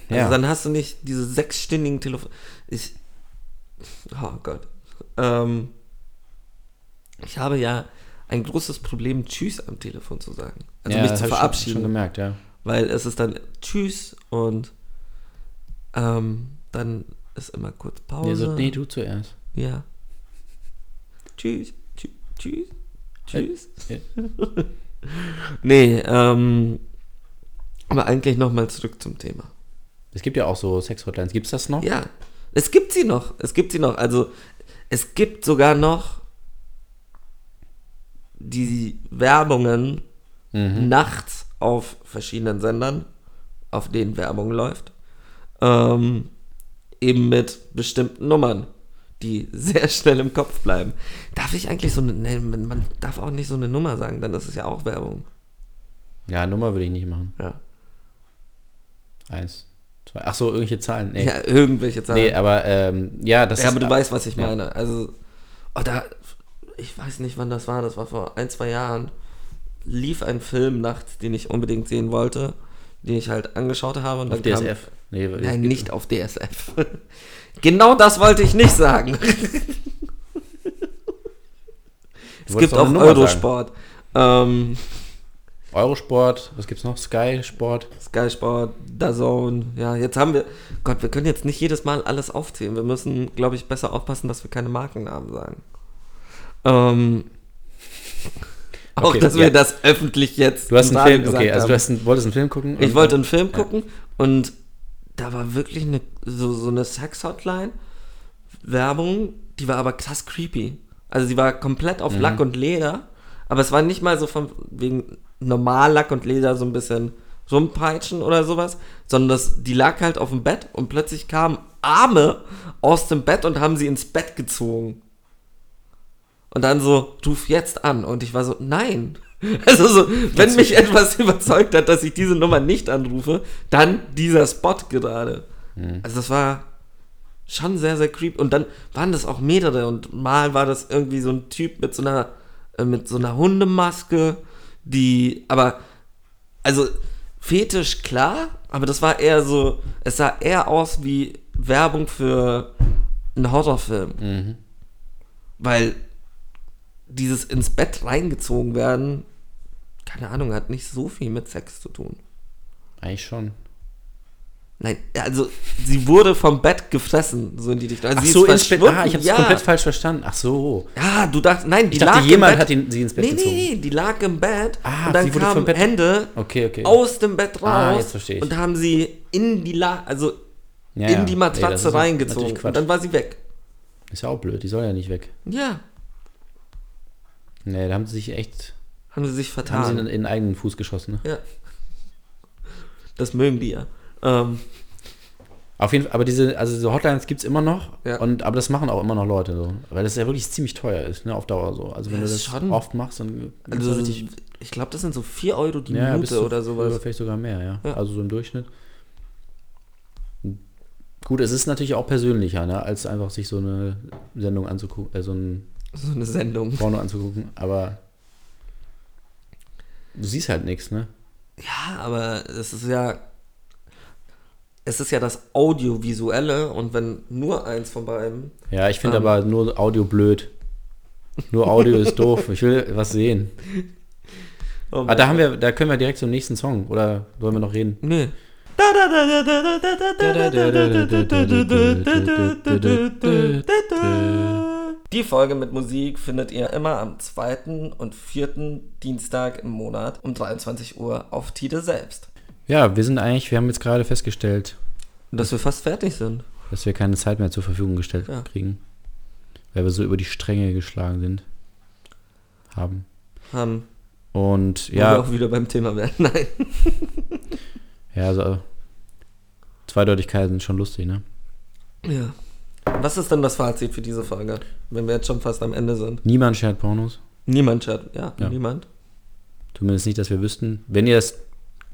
Speaker 3: Also
Speaker 2: ja.
Speaker 3: dann hast du nicht diese sechsstündigen Telefon. Ich. Oh Gott. Ähm, ich habe ja ein großes Problem, Tschüss am Telefon zu sagen. Also
Speaker 2: ja,
Speaker 3: mich
Speaker 2: das
Speaker 3: zu
Speaker 2: hab ich schon-
Speaker 3: verabschieden.
Speaker 2: Schon, gemerkt, ja.
Speaker 3: weil es ist dann Tschüss und ähm, dann ist immer kurz Pause.
Speaker 2: Nee, so, nee, du zuerst.
Speaker 3: Ja. Tschüss. Tschüss. Tschüss. Tschüss.
Speaker 2: Äh,
Speaker 3: nee, ähm. Aber eigentlich nochmal zurück zum Thema.
Speaker 2: Es gibt ja auch so Sex-Hotlines. Gibt es das noch?
Speaker 3: Ja, es gibt sie noch. Es gibt sie noch. Also, es gibt sogar noch die Werbungen nachts auf verschiedenen Sendern, auf denen Werbung läuft. Ähm, eben mit bestimmten Nummern, die sehr schnell im Kopf bleiben. Darf ich eigentlich so eine. Nee, man darf auch nicht so eine Nummer sagen, dann ist es ja auch Werbung.
Speaker 2: Ja, Nummer würde ich nicht machen.
Speaker 3: Ja.
Speaker 2: Eins, zwei. Ach so, irgendwelche Zahlen. Nee,
Speaker 3: Ja, irgendwelche Zahlen.
Speaker 2: nee aber ähm, ja, das
Speaker 3: Ja, aber du
Speaker 2: ab-
Speaker 3: weißt, was ich
Speaker 2: ja.
Speaker 3: meine. Also, oh, da, ich weiß nicht, wann das war, das war vor ein, zwei Jahren, lief ein Film nachts, den ich unbedingt sehen wollte, den ich halt angeschaut habe. Und
Speaker 2: Auf
Speaker 3: dann
Speaker 2: DSF. Nee,
Speaker 3: Kam, nein, nicht auf DSF. genau das wollte ich nicht sagen. es gibt
Speaker 2: wolltest doch eine
Speaker 3: auch
Speaker 2: Nummer sagen.
Speaker 3: Eurosport. Ähm,
Speaker 2: Eurosport, was gibt's noch? Sky Sport.
Speaker 3: Sky Sport, DAZN, ja, jetzt haben wir, Gott, wir können jetzt nicht jedes Mal alles aufzählen. Wir müssen, glaube ich, besser aufpassen, dass wir keine Markennamen sagen. Ähm, auch,
Speaker 2: Okay,
Speaker 3: dass
Speaker 2: ja.
Speaker 3: wir das öffentlich jetzt
Speaker 2: Du hast
Speaker 3: im
Speaker 2: einen
Speaker 3: Radio
Speaker 2: Film, okay, also
Speaker 3: gesagt haben.
Speaker 2: du hast einen, wolltest einen Film gucken?
Speaker 3: Ich
Speaker 2: und-
Speaker 3: wollte einen Film gucken und da war wirklich eine, so, so eine Sex-Hotline-Werbung, die war aber krass creepy. Also sie war komplett auf Lack und Leder, aber es war nicht mal so von wegen normal Lack und Leder so ein bisschen rumpeitschen oder sowas, sondern das, die lag halt auf dem Bett und plötzlich kamen Arme aus dem Bett und haben sie ins Bett gezogen. Und dann so, ruf jetzt an. Und ich war so, nein. Also so, wenn mich etwas überzeugt hat, dass ich diese Nummer nicht anrufe, dann dieser Spot gerade. Also das war schon sehr, sehr creepy. Und dann waren das auch mehrere. Und mal war das irgendwie so ein Typ mit so einer, äh, mit so einer Hundemaske, die, aber, also fetisch klar, aber das war eher so, es sah eher aus wie Werbung für einen Horrorfilm. Weil dieses ins Bett reingezogen werden, keine Ahnung, hat nicht so viel mit Sex zu tun.
Speaker 2: Eigentlich schon.
Speaker 3: Nein, also sie wurde vom Bett gefressen, so in die Richtung. Also
Speaker 2: Ach
Speaker 3: sie
Speaker 2: so,
Speaker 3: ist
Speaker 2: ins Bett.
Speaker 3: verschwunden,
Speaker 2: Ah, ich habe es
Speaker 3: ja.
Speaker 2: komplett falsch verstanden. Ach so.
Speaker 3: Ja, du dachtest, nein, die
Speaker 2: Ich dachte,
Speaker 3: lag
Speaker 2: jemand
Speaker 3: im Bett.
Speaker 2: hat ihn, sie ins Bett
Speaker 3: nee,
Speaker 2: gezogen.
Speaker 3: nee, nee, die lag im Bett
Speaker 2: Ah,
Speaker 3: und dann
Speaker 2: sie wurde
Speaker 3: kamen
Speaker 2: vom Bett-
Speaker 3: Hände
Speaker 2: Okay, okay.
Speaker 3: aus dem Bett raus
Speaker 2: Ah, jetzt verstehe ich.
Speaker 3: und haben sie in die La also
Speaker 2: Ja, ja.
Speaker 3: in die
Speaker 2: Nee, das
Speaker 3: Matratze
Speaker 2: ist
Speaker 3: reingezogen
Speaker 2: natürlich
Speaker 3: und
Speaker 2: Quatsch.
Speaker 3: dann war sie weg.
Speaker 2: ist ja auch blöd, die soll ja nicht weg.
Speaker 3: Ja,
Speaker 2: Nee, da haben sie sich echt,
Speaker 3: haben sie sich
Speaker 2: haben
Speaker 3: vertan.
Speaker 2: sie in, in den eigenen Fuß geschossen. Ne?
Speaker 3: Ja. Das mögen die ja. Ähm,
Speaker 2: Auf jeden Fall, aber diese, also diese Hotlines gibt es immer noch,
Speaker 3: Ja.
Speaker 2: und, aber das machen auch immer noch Leute so. Weil das ja wirklich ziemlich teuer ist, ne, auf Dauer so. Also wenn
Speaker 3: Ja,
Speaker 2: du das
Speaker 3: ist schon-
Speaker 2: oft machst, dann kannst du
Speaker 3: Also,
Speaker 2: richtig-
Speaker 3: ich glaube, das sind so 4 Euro die
Speaker 2: ja, bis
Speaker 3: Minute
Speaker 2: zu-
Speaker 3: oder sowas.
Speaker 2: Vielleicht sogar mehr, ja.
Speaker 3: Ja.
Speaker 2: Also so im Durchschnitt. Gut, es ist natürlich auch persönlicher, ne, als einfach sich so eine Sendung anzugucken, äh, so ein
Speaker 3: So eine Sendung.
Speaker 2: Porno anzugucken, aber du siehst halt nichts, ne?
Speaker 3: Ja, aber es ist ja. Es ist ja das Audiovisuelle und wenn nur eins von beiden.
Speaker 2: Ja, ich finde
Speaker 3: Ähm.
Speaker 2: aber nur Audio blöd. Nur Audio ist doof. Ich will was sehen.
Speaker 3: Oh
Speaker 2: Ah, da haben wir, da können wir direkt zum nächsten Song. Oder wollen wir noch reden?
Speaker 3: Nee. Die Folge mit Musik findet ihr immer am zweiten und vierten Dienstag im Monat um 23 Uhr auf Tide selbst.
Speaker 2: Ja, wir sind eigentlich, wir haben jetzt gerade festgestellt,
Speaker 3: Und dass wir fast fertig sind.
Speaker 2: dass wir keine Zeit mehr zur Verfügung gestellt
Speaker 3: Ja.
Speaker 2: kriegen. Weil wir so über die Stränge geschlagen sind. Haben.
Speaker 3: Haben
Speaker 2: Und
Speaker 3: ja. wir
Speaker 2: ja,
Speaker 3: auch wieder beim Thema werden. Nein.
Speaker 2: ja, also Zweideutigkeiten sind schon lustig, ne?
Speaker 3: Ja. Was ist denn das Fazit für diese Folge, wenn wir jetzt schon fast am Ende sind?
Speaker 2: Niemand schert Pornos.
Speaker 3: Niemand hört, ja,
Speaker 2: Ja.
Speaker 3: niemand.
Speaker 2: Zumindest nicht, dass wir wüssten. Wenn ihr es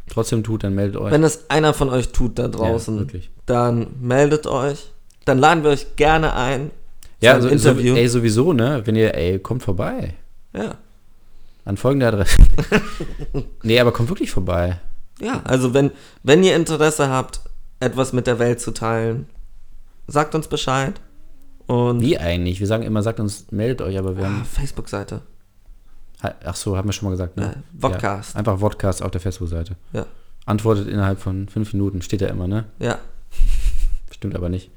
Speaker 2: trotzdem tut, dann meldet euch.
Speaker 3: Wenn es einer von euch tut da
Speaker 2: Ja,
Speaker 3: draußen,
Speaker 2: wirklich.
Speaker 3: dann meldet euch. Dann laden wir euch gerne ein. zu
Speaker 2: Ja, also
Speaker 3: einem
Speaker 2: so,
Speaker 3: Interview.
Speaker 2: So, ey, sowieso, ne? Wenn ihr, ey, kommt vorbei.
Speaker 3: ja.
Speaker 2: An folgende Adresse. nee, aber kommt wirklich vorbei.
Speaker 3: ja, also wenn, wenn ihr Interesse habt, etwas mit der Welt zu teilen, sagt uns Bescheid. Und
Speaker 2: Wie eigentlich? Wir sagen immer, sagt uns, meldet euch, aber wir
Speaker 3: ah,
Speaker 2: haben.
Speaker 3: Facebook-Seite.
Speaker 2: Ha- Ach so, haben wir schon mal gesagt, ne?
Speaker 3: Ja, Äh, Vodcast.
Speaker 2: Ja, einfach Vodcast auf der Facebook-Seite.
Speaker 3: Ja.
Speaker 2: Antwortet innerhalb von fünf Minuten, steht da immer, ne?
Speaker 3: Ja.
Speaker 2: Stimmt aber nicht.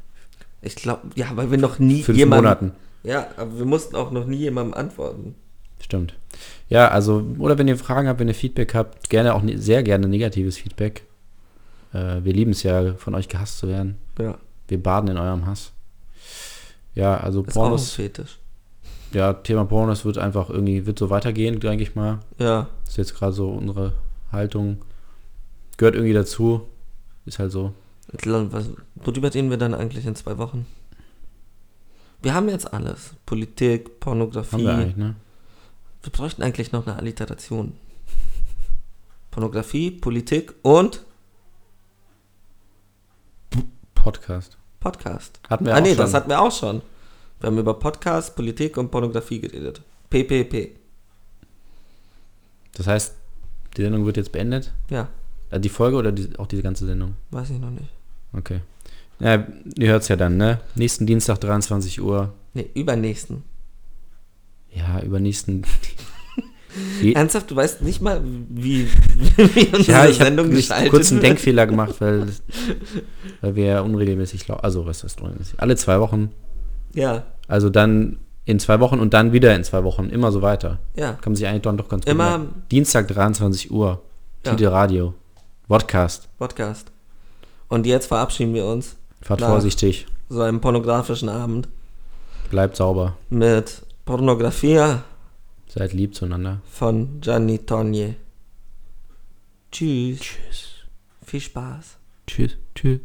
Speaker 3: Ich glaube, ja, weil wir noch nie
Speaker 2: Fünf
Speaker 3: jemanden.
Speaker 2: Monaten.
Speaker 3: Ja, aber wir mussten auch noch nie jemandem antworten.
Speaker 2: Stimmt. Ja, also, oder wenn ihr Fragen habt, wenn ihr Feedback habt, gerne auch ne, sehr gerne negatives Feedback. Äh, wir lieben es ja, von euch gehasst zu werden.
Speaker 3: Ja.
Speaker 2: Wir baden in eurem Hass. Ja, also
Speaker 3: Ist auch ein
Speaker 2: Pornos.
Speaker 3: Fetisch.
Speaker 2: ja, Thema Pornos wird einfach irgendwie, wird so weitergehen, denke ich mal.
Speaker 3: Ja.
Speaker 2: Ist jetzt gerade so unsere Haltung. Gehört irgendwie dazu. Ist halt so.
Speaker 3: Klar, Was, worüber reden wir dann eigentlich in zwei Wochen? Wir haben jetzt alles. Politik,
Speaker 2: Haben
Speaker 3: Pornografie.
Speaker 2: wir
Speaker 3: Wir,
Speaker 2: eigentlich, ne?
Speaker 3: bräuchten eigentlich noch eine Alliteration. Pornografie, Politik und
Speaker 2: Podcast.
Speaker 3: Podcast.
Speaker 2: Hatten wir
Speaker 3: ah
Speaker 2: auch
Speaker 3: nee,
Speaker 2: schon.
Speaker 3: das hatten wir auch schon. Wir haben über Podcast, Politik und Pornografie geredet. PPP.
Speaker 2: Das heißt, die Sendung wird jetzt beendet.
Speaker 3: Ja,
Speaker 2: Äh, Die Folge oder die, auch diese ganze Sendung?
Speaker 3: weiß ich noch nicht.
Speaker 2: Okay. Ja, ihr hört es ja dann, ne? Nächsten Dienstag, 23 Uhr.
Speaker 3: Nee, übernächsten.
Speaker 2: Ja, übernächsten. Die-
Speaker 3: Ernsthaft, du weißt nicht mal, wie, wie unsere
Speaker 2: ja, ich habe
Speaker 3: Sendung gestaltet
Speaker 2: kurz einen
Speaker 3: wird?
Speaker 2: Denkfehler gemacht, weil, weil wir unregelmäßig laufen. Also, was heißt unregelmäßig? Alle zwei Wochen.
Speaker 3: Ja,
Speaker 2: Also dann in zwei Wochen und dann wieder in zwei Wochen. Immer so weiter.
Speaker 3: ja.
Speaker 2: Kann man sich eigentlich dann doch ganz gut
Speaker 3: Immer-
Speaker 2: merken. Dienstag 23 Uhr.
Speaker 3: Ja.
Speaker 2: Tide Radio. Podcast.
Speaker 3: Podcast. Und jetzt verabschieden wir uns
Speaker 2: Fahrt
Speaker 3: Klar.
Speaker 2: vorsichtig.
Speaker 3: so einem pornografischen Abend
Speaker 2: Bleibt sauber.
Speaker 3: mit Pornografia
Speaker 2: Seid lieb zueinander.
Speaker 3: von Gianni Togne. Tschüss. Tschüss. Viel Spaß.
Speaker 2: Tschüss. Tschüss.